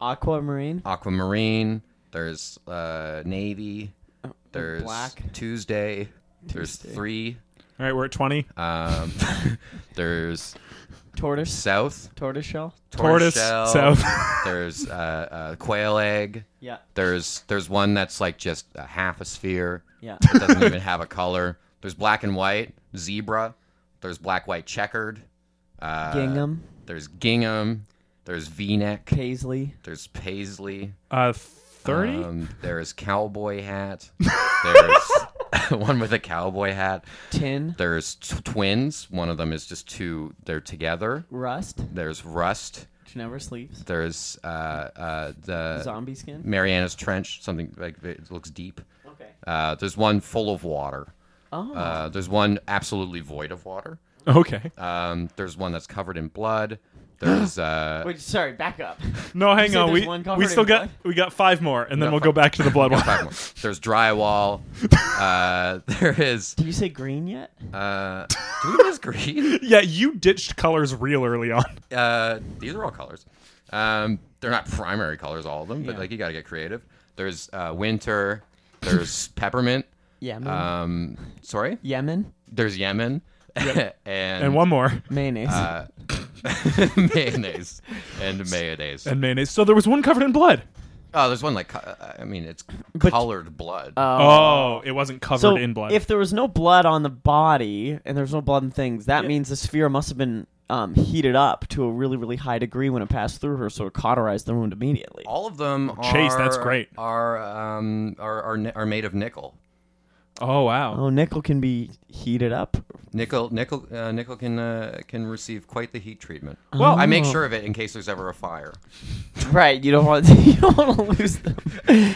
S3: Aquamarine.
S4: aquamarine. There's uh, navy. There's
S3: black.
S4: Tuesday. There's three.
S2: All right, we're at 20.
S4: Um, [LAUGHS] there's
S3: Tortoise.
S4: south.
S3: Tortoise shell.
S2: Tortoise,
S4: tortoise shell.
S2: south.
S4: there's uh, uh, quail egg.
S3: Yeah.
S4: There's there's one that's like just a half a sphere.
S3: Yeah.
S4: It doesn't even have a color. There's black and white, zebra. There's black white checkered. Uh,
S3: Gingham.
S4: There's gingham. There's V-neck.
S3: Paisley.
S4: There's paisley.
S2: Uh, 30?
S4: Um, there's cowboy hat. There's [LAUGHS] one with a cowboy hat.
S3: Tin.
S4: There's t- twins. One of them is just two. They're together.
S3: Rust.
S4: There's rust.
S3: Which never sleeps.
S4: There's uh, uh, the
S3: Zombie skin.
S4: Mariana's Trench, something like it looks deep.
S3: Okay.
S4: Uh, there's one full of water.
S3: Oh.
S4: Uh, there's one absolutely void of water.
S2: Okay.
S4: Um, there's one that's covered in blood. There's uh,
S3: Wait, sorry, back [LAUGHS] up.
S2: No, hang
S3: said
S2: on.
S3: there's
S2: We
S3: one covered
S2: we
S3: in
S2: still got
S3: blood?
S2: we got five more, and then
S4: got
S2: we'll go
S4: five.
S2: back to the blood
S4: five
S2: one.
S4: more. There's drywall. Uh, [LAUGHS] there is.
S3: Did you say green yet?
S4: Uh, do we miss green?
S2: [LAUGHS] yeah, you ditched colors real early on.
S4: Uh, these are all colors. Um, they're not primary colors, all of them, but
S3: Yeah.
S4: like you got to get creative. There's uh, winter. There's peppermint.
S3: Yemen.
S4: Um, sorry.
S3: Yemen.
S4: There's Yemen. [LAUGHS] and,
S2: And one more,
S3: Mayonnaise.
S4: uh, mayonnaise and mayonnaise.
S2: and mayonnaise. So there was one covered in blood.
S4: oh, there's one like co- I mean, it's colored blood.
S2: Oh, it wasn't covered
S3: so
S2: in blood.
S3: if there was no blood on the body and there's no blood in things, that means the sphere must have been um, heated up to a really, really high degree when it passed through her, so it cauterized the wound immediately.
S4: All of them are,
S2: Chase, that's great.
S4: Are um are, are ni- are made of nickel.
S2: oh wow.
S3: Oh, nickel can be heated
S2: [LAUGHS]
S3: up.
S4: Nickel nickel uh, nickel can uh, can receive quite the heat treatment.
S2: Well-
S4: I make sure of it in case there's ever a fire.
S3: Right, you don't want [LAUGHS] you don't want to lose them.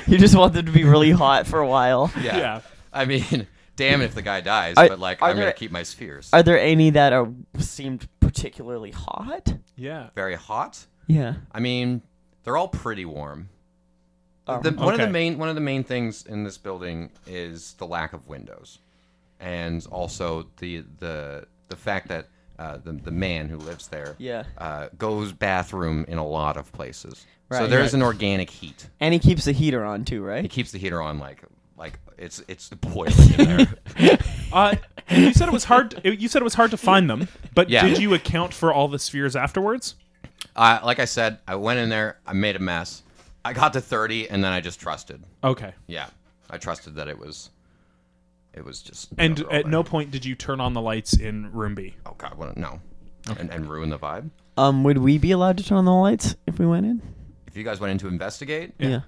S3: you just want them to be really hot for a while.
S4: Yeah.
S2: Yeah.
S4: I mean, [LAUGHS] damn if the guy dies,
S3: Are-
S4: but like
S3: are
S4: I'm
S3: there-
S4: gonna keep my spheres.
S3: Are there any that are seemed particularly hot?
S2: Yeah.
S4: Very hot.
S3: Yeah.
S4: I mean, they're all pretty warm.
S3: Oh.
S4: The, One of the
S2: Okay.
S4: main one of the main things in this building is the lack of windows, and also the the the fact that uh, the the man who lives there
S3: Yeah.
S4: uh, goes bathroom in a lot of places. so
S3: Right.
S4: there's an organic heat.
S3: And he keeps the heater on too, right?
S4: It keeps the heater on like like it's it's boiling in
S3: [LAUGHS]
S4: there.
S2: Uh, you said it was hard. You said it was hard to find them, but
S4: Yeah.
S2: did you account for all the spheres afterwards?
S4: uh, like I said, I went in there, I made a mess. I got to thirty, and then I just trusted.
S2: Okay.
S4: Yeah, I trusted that it was it was just
S2: And
S4: overall
S2: at
S4: bad.
S2: no point did you turn on the lights in room B.
S4: Oh God, what? a- No, and, and ruin the vibe.
S3: Um, would we be allowed to turn on the lights if we went in?
S4: If you guys went in to investigate,
S2: Yeah.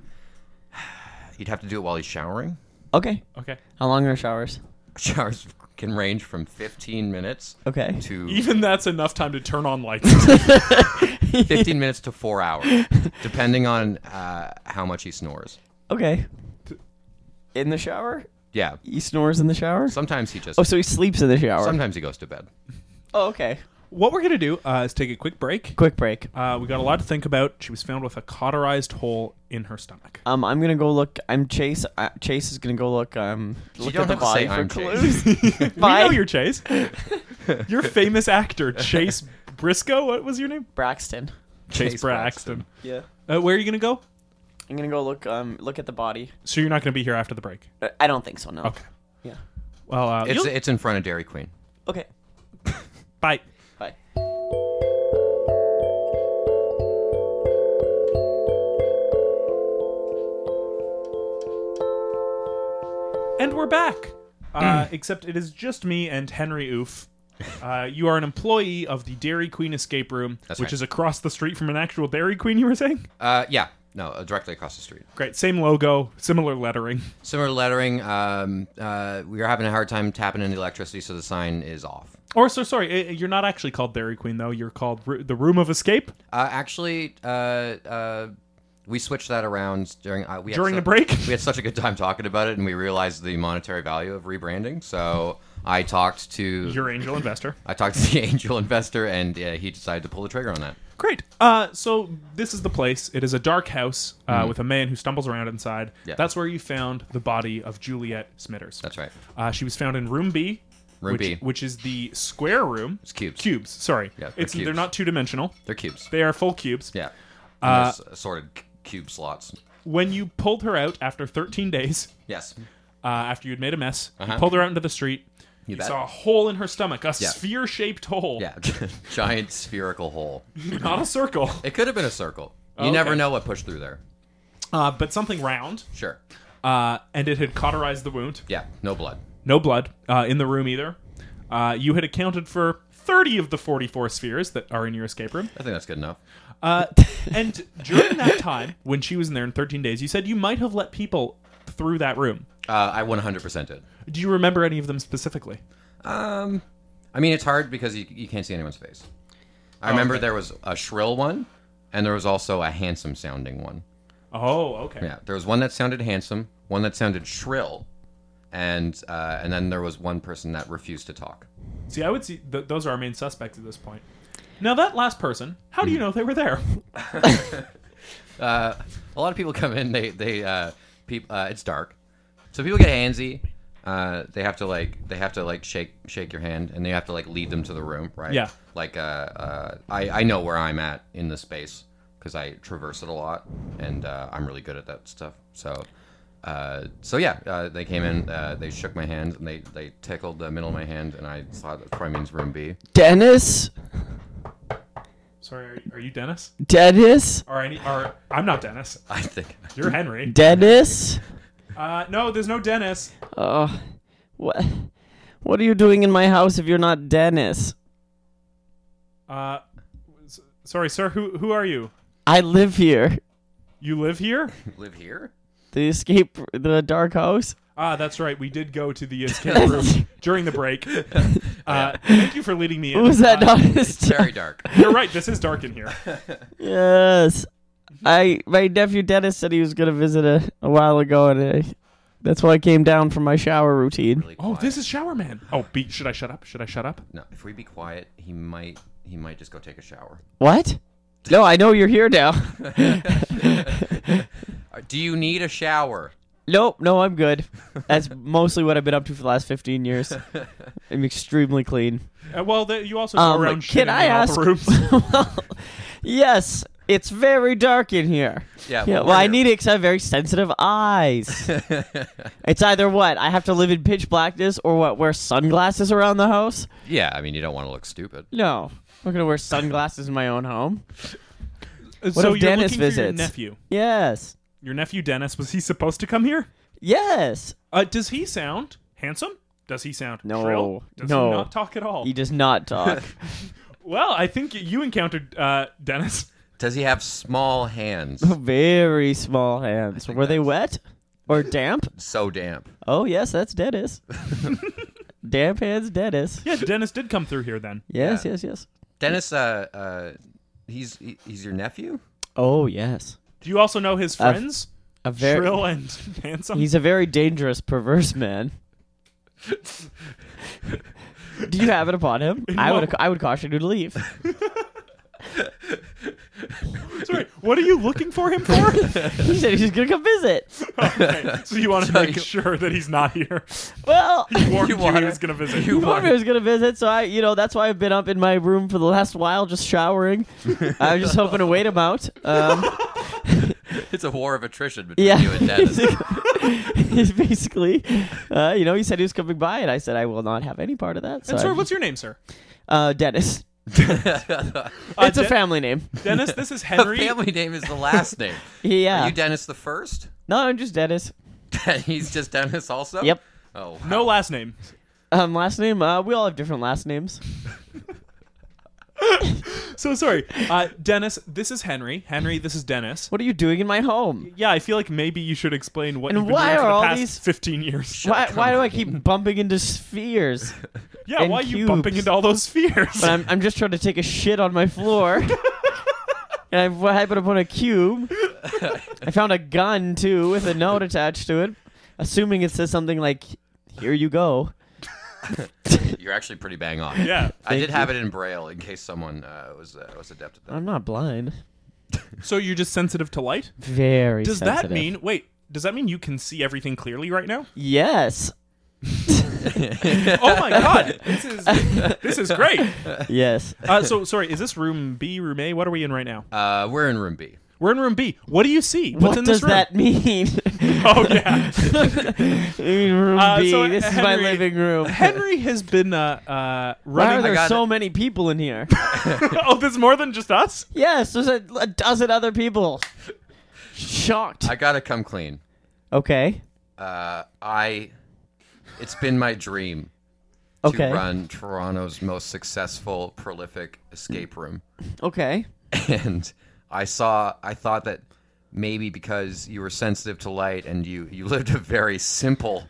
S4: you'd have to do it while he's showering. [LAUGHS]
S3: Okay.
S2: Okay.
S3: How long are showers?
S4: Showers can range from 15 minutes
S3: Okay.
S2: [LAUGHS]
S4: to
S2: Even that's enough time to turn on lights.
S4: 15 minutes to four hours, depending on uh, how much he snores.
S3: Okay. In the shower?
S4: Yeah,
S3: He snores in the shower?
S4: sometimes he just
S3: Oh, so he sleeps in the shower.
S4: sometimes he goes to bed.
S3: oh, okay.
S2: [LAUGHS] What we're gonna do uh, is take a quick break.
S3: Quick break.
S2: Uh, we got a lot to think about. She was found with a cauterized hole in her stomach.
S3: Um, I'm gonna go look. I'm Chase. Uh, Chase is gonna go look. Um, look
S4: don't
S3: at the body
S4: have to say
S3: for
S4: I'm
S3: clues.
S4: Chase.
S2: We [LAUGHS]
S3: [LAUGHS] Bye.
S2: know you're
S3: [LAUGHS]
S2: Chase. You're famous actor Chase Briscoe. What was your name?
S3: Braxton.
S2: Chase,
S4: Chase
S2: Braxton.
S4: Braxton.
S3: Yeah.
S2: Uh, where are you gonna go?
S3: I'm gonna go look. Um, look at the body.
S2: So you're not gonna be here after the break.
S3: Uh, I don't think so. No.
S2: Okay.
S3: Yeah.
S2: Well, uh,
S4: It's
S2: you'll-
S4: it's in front of Dairy Queen.
S3: Okay.
S2: bye.
S3: Bye.
S2: And we're back. Uh, except it is just me and Henry Oof. Uh, you are an employee of the Dairy Queen escape room,
S4: That's
S2: which
S4: right.
S2: is across the street from an actual Dairy Queen. You were saying,
S4: Uh, yeah, no, uh, directly across the street.
S2: great, same logo, similar lettering.
S4: Similar lettering. Um, uh, we are having a hard time tapping into electricity, so the sign is off.
S2: Or so sorry, eh, you're not actually called Dairy Queen though. You're called Ru- the Room of Escape
S4: Uh, actually, uh, uh, we switched that around during uh, we had
S2: during
S4: su-
S2: the break.
S4: [LAUGHS] We had such a good time talking about it, and we realized the monetary value of rebranding. So I talked to
S2: Your angel investor.
S4: I talked to [LAUGHS] the angel investor, and uh, he decided to pull the trigger on that.
S2: Great. Uh, so this is the place. It is a dark house uh, with a man who stumbles around inside.
S4: Hmm. Yeah.
S2: That's where you found the body of Juliet Smitters.
S4: That's right.
S2: Uh, she was found in room B.
S4: Room
S2: which,
S4: B.
S2: which is the square room.
S4: It's cubes.
S2: Cubes. Sorry,
S4: Yeah, they're
S2: it's they're
S4: cubes.
S2: not two dimensional.
S4: They're cubes.
S2: They are full cubes.
S4: Yeah. And
S2: Uh,
S4: there's assorted c- cube slots.
S2: When you pulled her out after 13 days,
S4: Yes.
S2: uh, after you'd made a mess, you
S4: Uh-huh.
S2: pulled her out into the street. You,
S4: bet.
S2: saw a hole in her stomach, a
S4: Yeah.
S2: sphere-shaped hole,
S4: Yeah. [LAUGHS] Giant spherical hole.
S2: [LAUGHS] not a
S4: [LAUGHS]
S2: circle,
S4: It could have been a circle. You
S2: Oh,
S4: never
S2: okay.
S4: know what pushed through there.
S2: uh, but something round,
S4: Sure.
S2: uh, and it had cauterized the wound.
S4: Yeah. No blood.
S2: No blood uh, in the room either. Uh, you had accounted for 30 of the 44 spheres that are in your escape room.
S4: I think that's good enough.
S2: Uh, and during that time, when she was in there in 13 days, you said you might have let people through that room.
S4: Uh, I 100% did.
S2: Do you remember any of them specifically?
S4: Um, I mean, it's hard because you, you can't see anyone's face. I remember there was a shrill one, and there was also a handsome sounding one.
S2: Oh, okay.
S4: Yeah, there was one that sounded handsome, one that sounded shrill, and uh, and then there was one person that refused to talk.
S2: See, I would see th- those are our main suspects at this point. Now that last person, how do you know they were there?
S4: Uh, a lot of people [LAUGHS] come in. They they uh, peop, uh, it's dark, so people get handsy. Uh, they have to like they have to like shake shake your hand, and they have to like lead them to the room, right?
S2: Yeah.
S4: Like uh, uh I I know where I'm at in the space because I traverse it a lot, and uh, I'm really good at that stuff. So. Uh, so yeah, uh, they came in. Uh, they shook my hand and they, they tickled the middle of my hand, and I thought that probably means room B. [LAUGHS]
S3: Dennis.
S2: Sorry, are, are you Dennis?
S3: Dennis.
S2: Or any? Or I'm not Dennis.
S4: I think
S2: You're Henry.
S3: Dennis.
S2: Uh, no, there's no Dennis.
S3: Oh, what? What are you doing in my house if you're not Dennis?
S2: Uh, s- sorry, sir. Who who are you?
S3: I live here.
S2: You live here?
S4: live here.
S3: The escape, the dark house. [LAUGHS]
S2: Ah, that's right. We did go to the escape room during the
S3: [LAUGHS]
S2: break. Uh, thank you for leading me in.
S3: Was that
S2: Uh,
S3: not his?
S4: Very dark.
S2: You're right. This is dark in
S3: [LAUGHS]
S2: here.
S3: Yes. I my nephew Dennis said he was gonna visit a, a while ago, and I, that's why I came down for my shower routine.
S4: Really
S2: Oh,
S4: quiet.
S2: this is Shower Man. Oh, be- should I shut up? Should I shut up?
S4: No, if we be quiet, he might he might just go take a
S3: [LAUGHS]
S4: shower. [LAUGHS]
S3: What? No, I know you're here
S2: [LAUGHS]
S3: now. [LAUGHS]
S4: Uh, Do you need a shower?
S3: nope, no, I'm good. That's mostly what I've been up to for the last
S2: [LAUGHS]
S3: 15 years. I'm extremely clean.
S2: Uh, well, the, you also
S3: Um,
S2: go around
S3: can
S2: shitting
S3: I
S2: in all
S3: ask?
S2: the
S3: [LAUGHS]
S2: rooms.
S3: well, yes, it's very dark in here.
S4: Yeah.
S3: Yeah, well, I need it because I have very sensitive eyes. it's either what I have to live in pitch blackness, or what wear sunglasses around the house.
S4: Yeah, I mean, you don't want to look stupid.
S3: No, I'm not gonna wear sunglasses in my own home.
S2: so
S3: if
S2: you're
S3: Dennis
S2: looking for your
S3: visits?
S2: nephew.
S3: Yes,
S2: Your nephew Dennis was he supposed to come here?
S3: yes.
S2: Uh, does he sound handsome? Does he sound
S3: No.
S2: shrill? Does
S3: No.
S2: he not talk at all?
S3: He does not talk. [LAUGHS]
S2: Well, I think you encountered uh,
S3: [LAUGHS]
S2: Dennis.
S4: Does he have small hands?
S3: very small hands. Were they wet or damp?
S4: so damp.
S3: Oh yes, that's Dennis. damp hands, Dennis.
S2: Yeah, Dennis did come through here then.
S3: Yes,
S4: Yeah.
S3: yes, yes.
S4: Dennis, uh, uh, he's he- he's your nephew.
S3: Oh yes,
S2: Do you also know his
S3: I've-
S2: friends?
S3: a very.
S2: Shrill and [LAUGHS] handsome.
S3: He's a very dangerous, perverse man. Did you have it upon him? I would. I would caution you to leave.
S2: Sorry, what are you looking for him
S3: [LAUGHS]
S2: for?
S3: He said he's gonna come visit.
S2: Okay, so you want to make sure that he's not
S3: [LAUGHS]
S2: here.
S3: Well,
S2: Warned you,
S4: wanna-
S2: he was going to visit.
S4: you
S3: he told me he was gonna visit, so I, you know, that's why I've been up in my room for the last while, just showering. I was just hoping to wait him out. Um,
S4: It's a war of attrition between
S3: yeah,
S4: you
S3: [LAUGHS]
S4: and Dennis. [LAUGHS]
S3: He's basically, uh, you know, he said he was coming by, and I said I will not have any part of that. So
S2: And sir,
S3: I-
S2: what's your name,
S3: [LAUGHS]
S2: sir?
S3: uh, Dennis?
S2: Uh,
S3: it's a
S2: Den-
S3: family name.
S2: Dennis, this is
S4: the
S2: Henry.
S4: family name is the last name.
S3: [LAUGHS] Yeah.
S4: Are you Dennis the first? [LAUGHS]
S3: no, I'm just Dennis.
S4: He's just Dennis also?
S3: Yep.
S4: Oh, wow.
S2: No last name.
S3: Um, last name. Uh, we all have different last names.
S2: So sorry. Uh, Dennis, this is Henry. Henry, this is Dennis.
S3: What are you doing in my home?
S2: Yeah, I feel like maybe you should explain what
S3: And
S2: you've been
S3: why
S2: doing for
S3: are
S2: the
S3: all
S2: past
S3: these-
S2: 15 years.
S3: Why, why do I keep bumping
S2: [LAUGHS]
S3: into spheres?
S2: Yeah,
S3: and
S2: why are you
S3: cubes?
S2: bumping into all those fears?
S3: But I'm, I'm just trying to take a shit on my floor. and I've happened upon a
S2: [LAUGHS]
S3: cube. I found a gun, too, with a note attached to it, assuming it says something like, Here you go.
S4: You're actually pretty bang [LAUGHS] on.
S2: [LAUGHS] yeah.
S4: I did have it in braille in case someone uh, was uh, was adept at that.
S3: I'm not blind.
S2: So you're just sensitive to light?
S3: Very
S2: Does
S3: sensitive.
S2: that mean wait, does that mean you can see everything clearly right now?
S3: Yes.
S2: Oh my god. This
S3: [LAUGHS]
S2: is this is great.
S3: Yes.
S2: Uh, so sorry, is this room B, room A? What are we in right now?
S4: Uh, we're in room B.
S2: We're in room B. What do you see? [LAUGHS] What's
S3: what
S2: in
S3: does
S2: this room?
S3: that mean?
S2: [LAUGHS]
S3: [LAUGHS]
S2: Oh yeah. [LAUGHS]
S3: I mean, room
S2: Uh,
S3: B,
S2: so,
S3: this is my
S2: Henry-
S3: living room.
S2: Henry has been uh, uh,
S3: Why are
S2: running.
S4: I
S3: there
S4: got
S3: so
S4: it.
S3: many people in [LAUGHS] here?
S2: [LAUGHS] oh, there's more than just us.
S3: yes, there's a, a dozen other people. Shocked.
S4: I gotta come clean.
S3: okay.
S4: Uh, I. It's been my dream
S3: Okay.
S4: to run Toronto's most successful, prolific escape room, [LAUGHS]
S3: Okay.
S4: and I saw. I thought that maybe because you were sensitive to light and you you lived a very simple,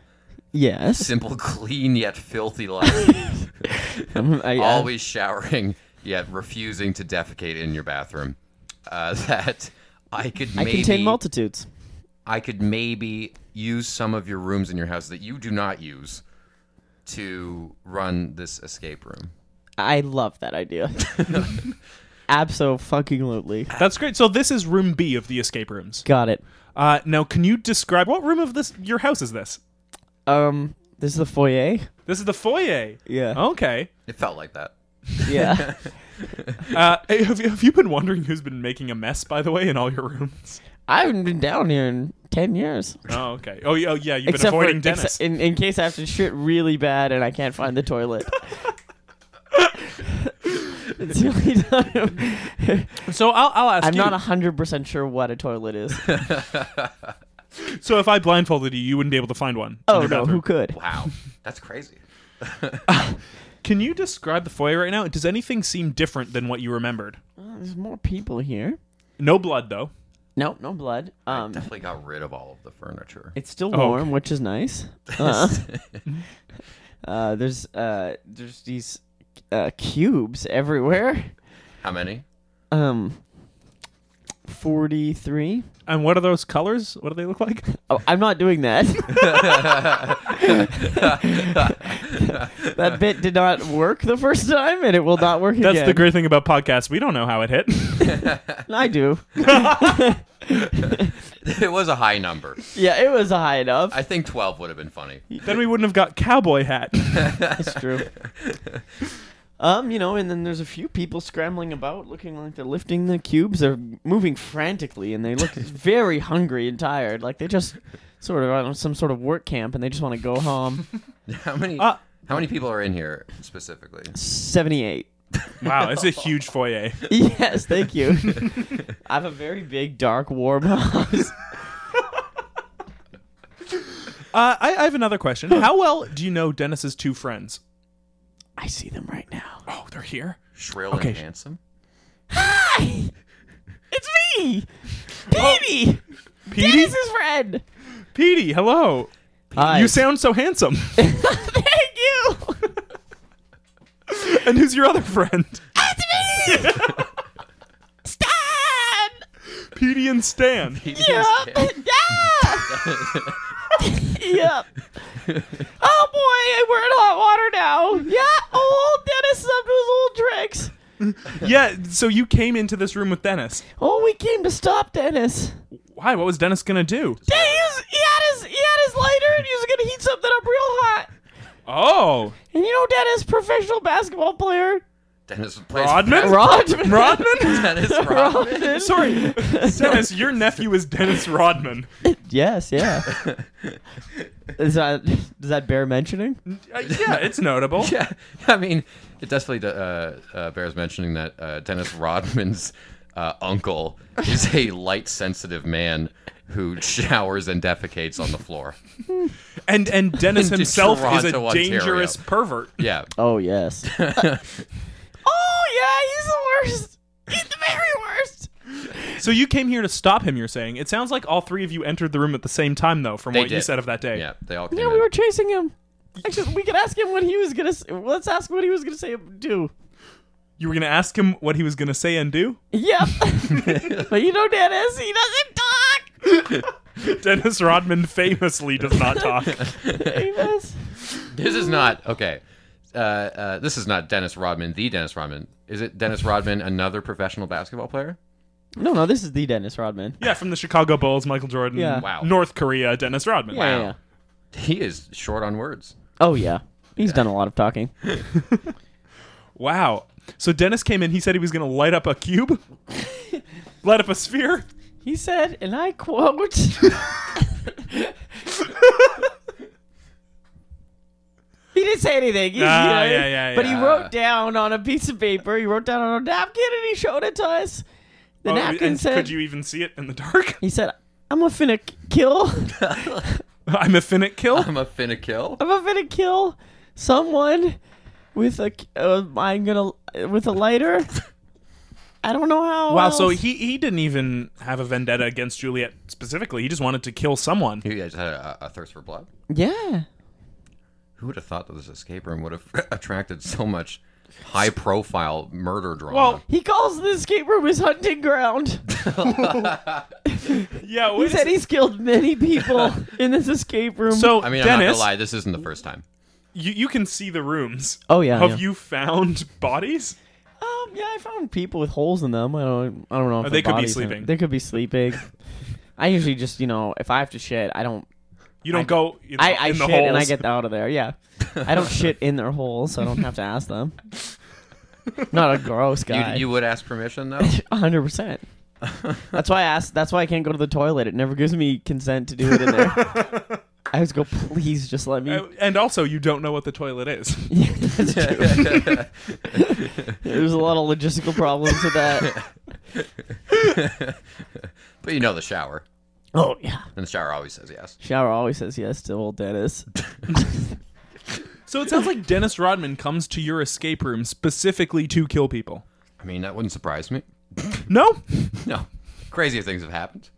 S3: Yes.
S4: simple, clean yet filthy life,
S3: Um, [LAUGHS] I, uh,
S4: always showering yet refusing to defecate in your bathroom, uh, [LAUGHS] that I could
S3: I
S4: maybe
S3: contain multitudes.
S4: I could maybe use some of your rooms in your house that you do not use to run this escape room.
S3: I love that [LAUGHS] idea. Absolutely.
S2: That's great. So this is room B of the escape rooms.
S3: Got it.
S2: Uh, now, can you describe what room of this your house is this?
S3: Um, this is the foyer.
S2: This is the foyer.
S3: Yeah.
S2: Okay.
S4: It felt like that.
S3: [LAUGHS] Yeah.
S2: Uh, hey, have, you, have you been wondering who's been making a mess, by the way, in all your rooms?
S3: [LAUGHS] I haven't been down here in ten years.
S2: Oh, okay. Oh, yeah. Oh, yeah you've been
S3: Except for
S2: avoiding Dennis.
S3: ex- in, in case I have to shit really bad and I can't find the [LAUGHS] toilet. It's the only [LAUGHS] time-
S2: so I'll, I'll ask
S3: I'm
S2: you.
S3: not hundred percent sure what a
S2: [LAUGHS]
S3: toilet is.
S2: so if I blindfolded you, you wouldn't be able to find one. in
S3: Oh
S2: your
S3: no,
S2: bathroom.
S3: who could? [LAUGHS]
S4: Wow, that's crazy.
S2: Can you describe the foyer right now? Does anything seem different than what you remembered?
S3: Oh, There's more people here.
S2: No blood, though.
S3: No, no blood. Um,
S4: Definitely got rid of all of the furniture.
S3: It's still
S2: Oh,
S3: warm, which
S2: [LAUGHS]
S3: is nice. Uh, uh, there's uh, there's these uh, cubes everywhere.
S4: How many? [LAUGHS]
S3: Um, forty three.
S2: And what are those colors? What do they look like?
S3: Oh, I'm not
S2: [LAUGHS]
S3: doing that. that bit did not work the first time, and it will not work
S2: That's
S3: again.
S2: the great thing about podcasts. We don't know how it hit.
S3: I do. [LAUGHS]
S4: It was a high number.
S3: Yeah, it was high enough.
S4: I think 12 would have been
S3: [LAUGHS]
S4: funny.
S2: [LAUGHS] then we wouldn't have got cowboy hat.
S3: That's true. Um, you know, and then there's a few people scrambling about, looking like they're lifting the cubes. They're moving frantically, and they
S2: [LAUGHS]
S3: look very hungry and tired, like they just sort of are on some sort of work camp, and they just want to go
S2: [LAUGHS]
S3: home.
S4: [LAUGHS] How many
S2: Uh,
S4: How many people are in here specifically?
S3: Seventy-eight.
S2: [LAUGHS] Wow, it's a huge foyer.
S3: Yes, thank you. [LAUGHS] I have a very big, dark, warm [LAUGHS] house.
S2: Uh, I, I have another question. How well do you know Dennis's two friends?
S3: I see them right now.
S2: Oh, they're here.
S4: Shrill
S2: Okay.
S4: and handsome?
S3: Hi, it's me, Petey.
S2: Oh, Petey,
S3: He's his friend.
S2: Petey, hello.
S3: Hi.
S2: You sound so handsome.
S3: [LAUGHS] Thank you.
S2: [LAUGHS] and who's your other friend?
S3: It's me, [LAUGHS] Stan.
S2: Petey
S3: [LAUGHS]
S2: and Stan.
S3: Yep. yeah. yep. oh boy, we're in hot water now. Yeah, old Dennis up to his old tricks.
S2: yeah, so you came into this room with Dennis.
S3: Oh, we came to stop Dennis.
S2: Why? What was Dennis gonna do?
S3: Yeah, he, was, he had his he had his lighter and he was gonna heat something up real hot.
S2: Oh,
S3: And you know Dennis, professional basketball player,
S4: Dennis plays
S2: Rodman.
S3: [LAUGHS]
S2: [LAUGHS]
S3: Rodman.
S2: Rodman.
S3: [LAUGHS]
S4: Dennis
S2: [LAUGHS]
S4: Rodman.
S2: Sorry, Dennis. Your nephew is Dennis Rodman.
S3: Yes, yeah. Is that does that bear mentioning?
S2: Uh, [LAUGHS] yeah, it's notable.
S4: Yeah, I mean, it definitely uh, uh, bears mentioning that uh, Dennis Rodman's uh, uncle is a light-sensitive man who showers and defecates on the floor.
S2: And and Dennis
S4: To
S2: himself is a
S4: Toronto, Ontario.
S2: dangerous pervert.
S4: Yeah,
S3: Oh [LAUGHS] yes. oh yeah, he's the worst. He's the very worst.
S2: So you came here to stop him. You're saying it sounds like all three of you entered the room at the same time, though, from
S4: They
S2: what you
S4: did.
S2: said of that day.
S4: yeah, they all came
S3: Yeah, we were chasing him. Actually, we could ask him what he was gonna. Say. Let's ask what he was gonna say. and Do.
S2: You were gonna ask him what he was gonna say and do. [LAUGHS]
S3: [LAUGHS] Yep. but you know, Dennis, he doesn't [LAUGHS] talk.
S2: Dennis Rodman famously does not
S4: [LAUGHS]
S2: talk.
S3: Davis.
S4: in. This is not okay. Uh, uh, this is not Dennis Rodman, the Dennis Rodman. Is it Dennis Rodman, another professional basketball player?
S3: No, no, this is the Dennis Rodman.
S2: Yeah, from the Chicago Bulls, Michael Jordan.
S3: Yeah.
S4: Wow.
S2: North Korea, Dennis Rodman.
S3: Yeah, yeah.
S4: He is short on words. [LAUGHS]
S3: Oh yeah, he's done a lot of talking.
S2: Wow. So Dennis came in. He said he was going to light up a [LAUGHS] cube, light up a sphere.
S3: He said, and I quote. He didn't say anything. He-
S2: Ah,
S3: you know,
S2: yeah, yeah,
S3: But he
S2: yeah.
S3: wrote down on a piece of paper. He wrote down on a napkin and he showed it to us. The
S2: Oh,
S3: napkin
S2: and
S3: said,
S2: could you even see it in the dark?
S3: He said, I'm a finna kill. [LAUGHS]
S2: I'm a finite kill.
S3: Um,
S4: I'm a finna kill.
S3: I'm a finna kill someone with a. Uh, I'm gonna. With a lighter. I don't know how.
S2: Wow. So
S3: else.
S2: he he didn't even have a vendetta against Juliet specifically. He just wanted to kill someone.
S4: He just had a, a thirst for blood.
S3: Yeah.
S4: Who would have thought that this escape room would have [LAUGHS] attracted so much high-profile murder drama?
S2: Well,
S3: He calls the escape room his hunting ground.
S2: yeah.
S3: He said he's
S2: [LAUGHS]
S3: killed many people in this escape room.
S2: so
S4: I mean, I'm not
S2: Dennis,
S4: gonna lie, this isn't the first time.
S2: you you can see the rooms.
S3: Oh, yeah,
S2: Have
S3: yeah.
S2: you found bodies?
S3: um, yeah, I found people with holes in them. I don't, I don't know. If
S2: Oh,
S3: their
S2: they could be
S3: bodies in-
S2: sleeping.
S3: They could be sleeping. I usually just, you know, if I have to shit, I don't.
S2: You don't go. In,
S3: I, I
S2: in the
S3: shit
S2: holes.
S3: and I get out of there. Yeah, I don't shit in their holes, so I don't have to
S2: [LAUGHS]
S3: ask them. Not a gross
S4: You,
S3: guy.
S4: you
S3: [LAUGHS]
S4: would ask permission though.
S3: hundred percent. That's why I asked. That's why I can't go to the toilet. It never gives me consent to do it in there.
S2: [LAUGHS]
S3: I always go, please, just let me.
S2: Uh, and also, you don't know what the toilet
S3: [LAUGHS]
S2: is.
S3: That's true. There's a lot of logistical problems with
S2: [LAUGHS]
S3: that.
S4: but you know the shower,
S3: Oh yeah.
S4: and the shower always says yes.
S3: Shower always says yes to old [LAUGHS] Dennis.
S2: So it sounds like Dennis Rodman comes to your escape room specifically to kill people.
S4: I mean, that wouldn't surprise me. [LAUGHS]
S2: No?
S4: No, crazier things have happened.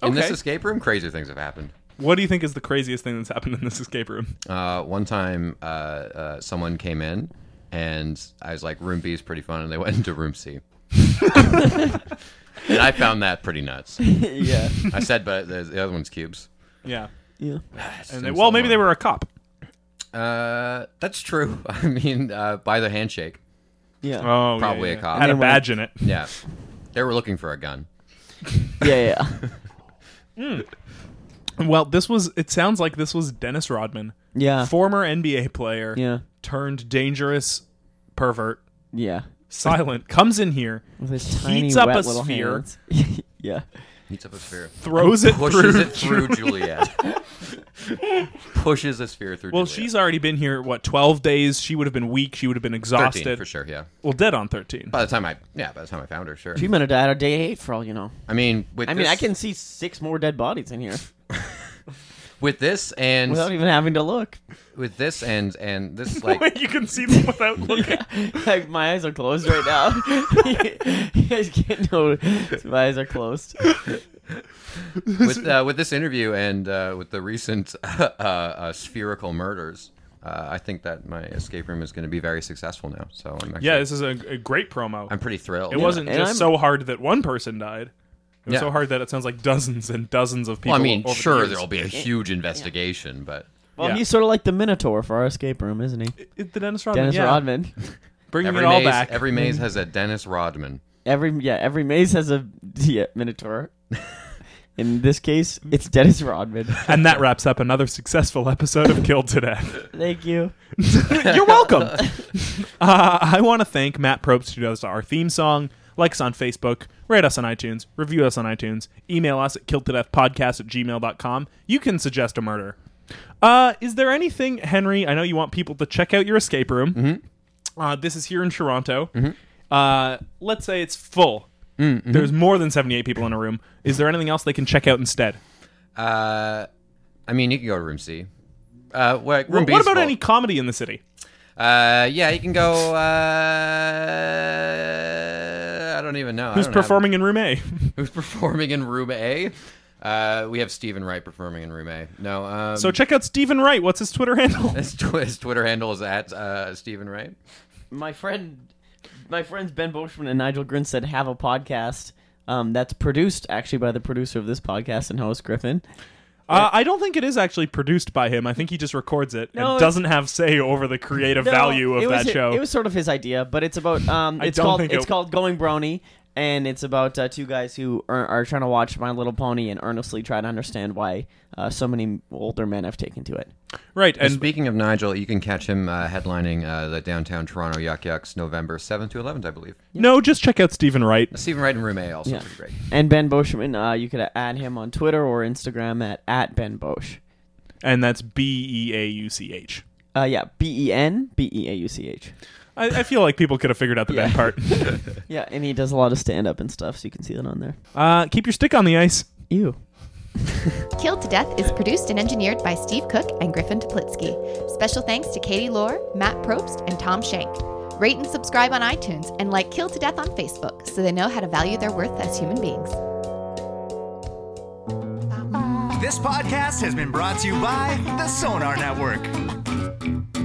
S4: In this
S2: Okay.
S4: escape room, crazier things have happened.
S2: What do you think is the craziest thing that's happened in this escape room?
S4: Uh, one time, uh, uh, someone came in, and I was like, "Room B is pretty fun," and they went into room C. [LAUGHS] and I found that pretty nuts.
S3: [LAUGHS] yeah.
S4: I said, but the, the other one's cubes.
S2: Yeah.
S3: Yeah.
S2: And they, well, maybe they were a cop.
S4: Uh, that's true. [LAUGHS] I mean, uh, by the handshake.
S3: Yeah.
S2: Oh, yeah,
S4: Probably a
S2: yeah.
S4: cop.
S2: Had a
S3: Anyway.
S2: badge in it.
S4: Yeah, they were looking for a gun.
S3: yeah, yeah.
S2: Well, this was, it sounds like this was Dennis Rodman,
S3: Yeah.
S2: former NBA player,
S3: Ah. Yeah.
S2: turned dangerous pervert,
S3: Yeah.
S2: silent, comes in here,
S3: With his tiny
S2: Heats up
S3: wet
S2: a
S3: little
S2: sphere.
S3: hands. [LAUGHS] yeah.
S4: Heats up a sphere.
S2: throws it
S4: [LAUGHS] pushes
S2: through.
S4: it through Juliet. pushes a sphere through.
S2: [LAUGHS] Well,
S4: Juliet.
S2: she's already been here, what, 12 days? She would have been weak. She would have been exhausted.
S4: thirteen for sure. Yeah.
S2: Well, dead on 13.
S4: By the time I yeah, by the time I found her, sure.
S3: She might have died on day eight for all you know.
S4: I mean, with
S3: I mean,
S4: this,
S3: I can see six more dead bodies [LAUGHS] in here
S4: with this and
S3: without even having to look. [LAUGHS]
S4: with this and and
S2: [LAUGHS]
S4: this like
S2: [LAUGHS] you can see them
S4: [LAUGHS]
S2: without looking.
S3: like my eyes are closed right now. [LAUGHS] you guys can't know my eyes are closed.
S2: [LAUGHS]
S4: with uh, with this interview and uh, with the recent [LAUGHS] uh, uh, spherical murders. Uh, I think that my escape room is going to be very successful now. So I'm actually,
S2: Yeah, this is a, a great promo.
S4: I'm pretty thrilled.
S2: It wasn't
S3: and
S2: just
S3: I'm-
S2: so hard that one person died. It It was
S4: Yeah.
S2: so hard that it sounds like dozens and dozens of people.
S4: Well, I mean,
S2: over the
S4: sure,
S2: years.
S4: there'll be a huge investigation, but
S3: Well,
S2: Yeah.
S3: he's sort of like the Minotaur for our escape room, isn't he?
S2: It- the Dennis Rodman.
S3: Dennis
S2: yeah.
S3: Rodman.
S2: Bringing
S4: every
S2: it all
S4: maze,
S2: back. Mm-hmm.
S4: every maze has a Dennis Rodman.
S3: Every yeah, every maze has a [LAUGHS] yeah, Minotaur. In this case, it's Dennis
S2: [LAUGHS]
S3: Rodman.
S2: and that wraps up another successful [LAUGHS] episode of Killed to Death.
S4: [LAUGHS]
S3: Thank you.
S2: You're welcome. [LAUGHS] uh, I want to thank Matt Probst who does our theme song. Like us on Facebook, rate us on iTunes, review us on iTunes, email us at killedtodeathpodcast at gmail.com. You can suggest a murder. Uh, is there anything, Henry? I know you want people to check out your escape room.
S4: Mm-hmm.
S2: Uh, this is here in Toronto. Uh, let's say it's full.
S4: Mm-hmm.
S2: There's more than 78 people in a room. Is there anything else they can check out instead?
S4: Uh, I mean, you can go to room C. Uh, what, room
S2: What
S4: B
S2: about
S4: is full.
S2: any comedy in the city?
S4: Uh, yeah, you can go. Uh, I don't even know. I
S2: Who's
S4: don't have- Um,
S2: performing in room
S4: [LAUGHS]
S2: A?
S4: who's performing in room A? Uh, we have Stephen Wright performing in room A. No. Um,
S2: so check out Stephen Wright. What's his Twitter handle?
S4: [LAUGHS] his, tw- his Twitter handle is at uh, Stephen Wright.
S3: My friend, my friends Ben Boschman and Nigel Grin said have a podcast. Um, that's produced actually by the producer of this podcast and host Griffin.
S2: Uh, I don't think it is actually produced by him. I think he just records it
S3: No,
S2: and
S3: it's-
S2: doesn't have say over the creative
S3: No,
S2: value
S3: it
S2: of
S3: was
S2: that
S3: hi-
S2: show.
S3: It was sort of his idea, but it's about um,
S2: I
S3: it's
S2: don't
S3: called
S2: think
S3: it's
S2: it-
S3: called Going Brony, and it's about uh, two guys who are, are trying to watch My Little Pony and earnestly try to understand why uh, so many older men have taken to it.
S2: right,
S4: And
S2: and
S4: speaking of Nigel, you can catch him uh, headlining uh, the downtown Toronto Yuck Yucks November 7th to 11th, I believe.
S2: no, just check out Stephen Wright.
S4: Stephen Wright in room A also
S3: Yeah.
S4: pretty great.
S3: And Ben Boschman, uh, you could add him on Twitter or Instagram at at Ben Bosch.
S2: And that's B E A U C H.
S3: Uh, yeah, B E N B E A U C H.
S2: I, I feel like people could have figured out the bad
S3: [LAUGHS]
S2: part.
S3: Yeah, and he does a lot of stand up and stuff, so you can see that on there.
S2: Uh, keep your stick on the ice.
S3: Ew.
S5: Killed to Death is produced and engineered by Steve Cook and Griffin Toplitsky. Special thanks to Katie Lohr, Matt Probst, and Tom Shank. Rate and subscribe on iTunes and like Killed to Death on Facebook so they know how to value their worth as human beings.
S6: This podcast has been brought to you by the Sonar Network.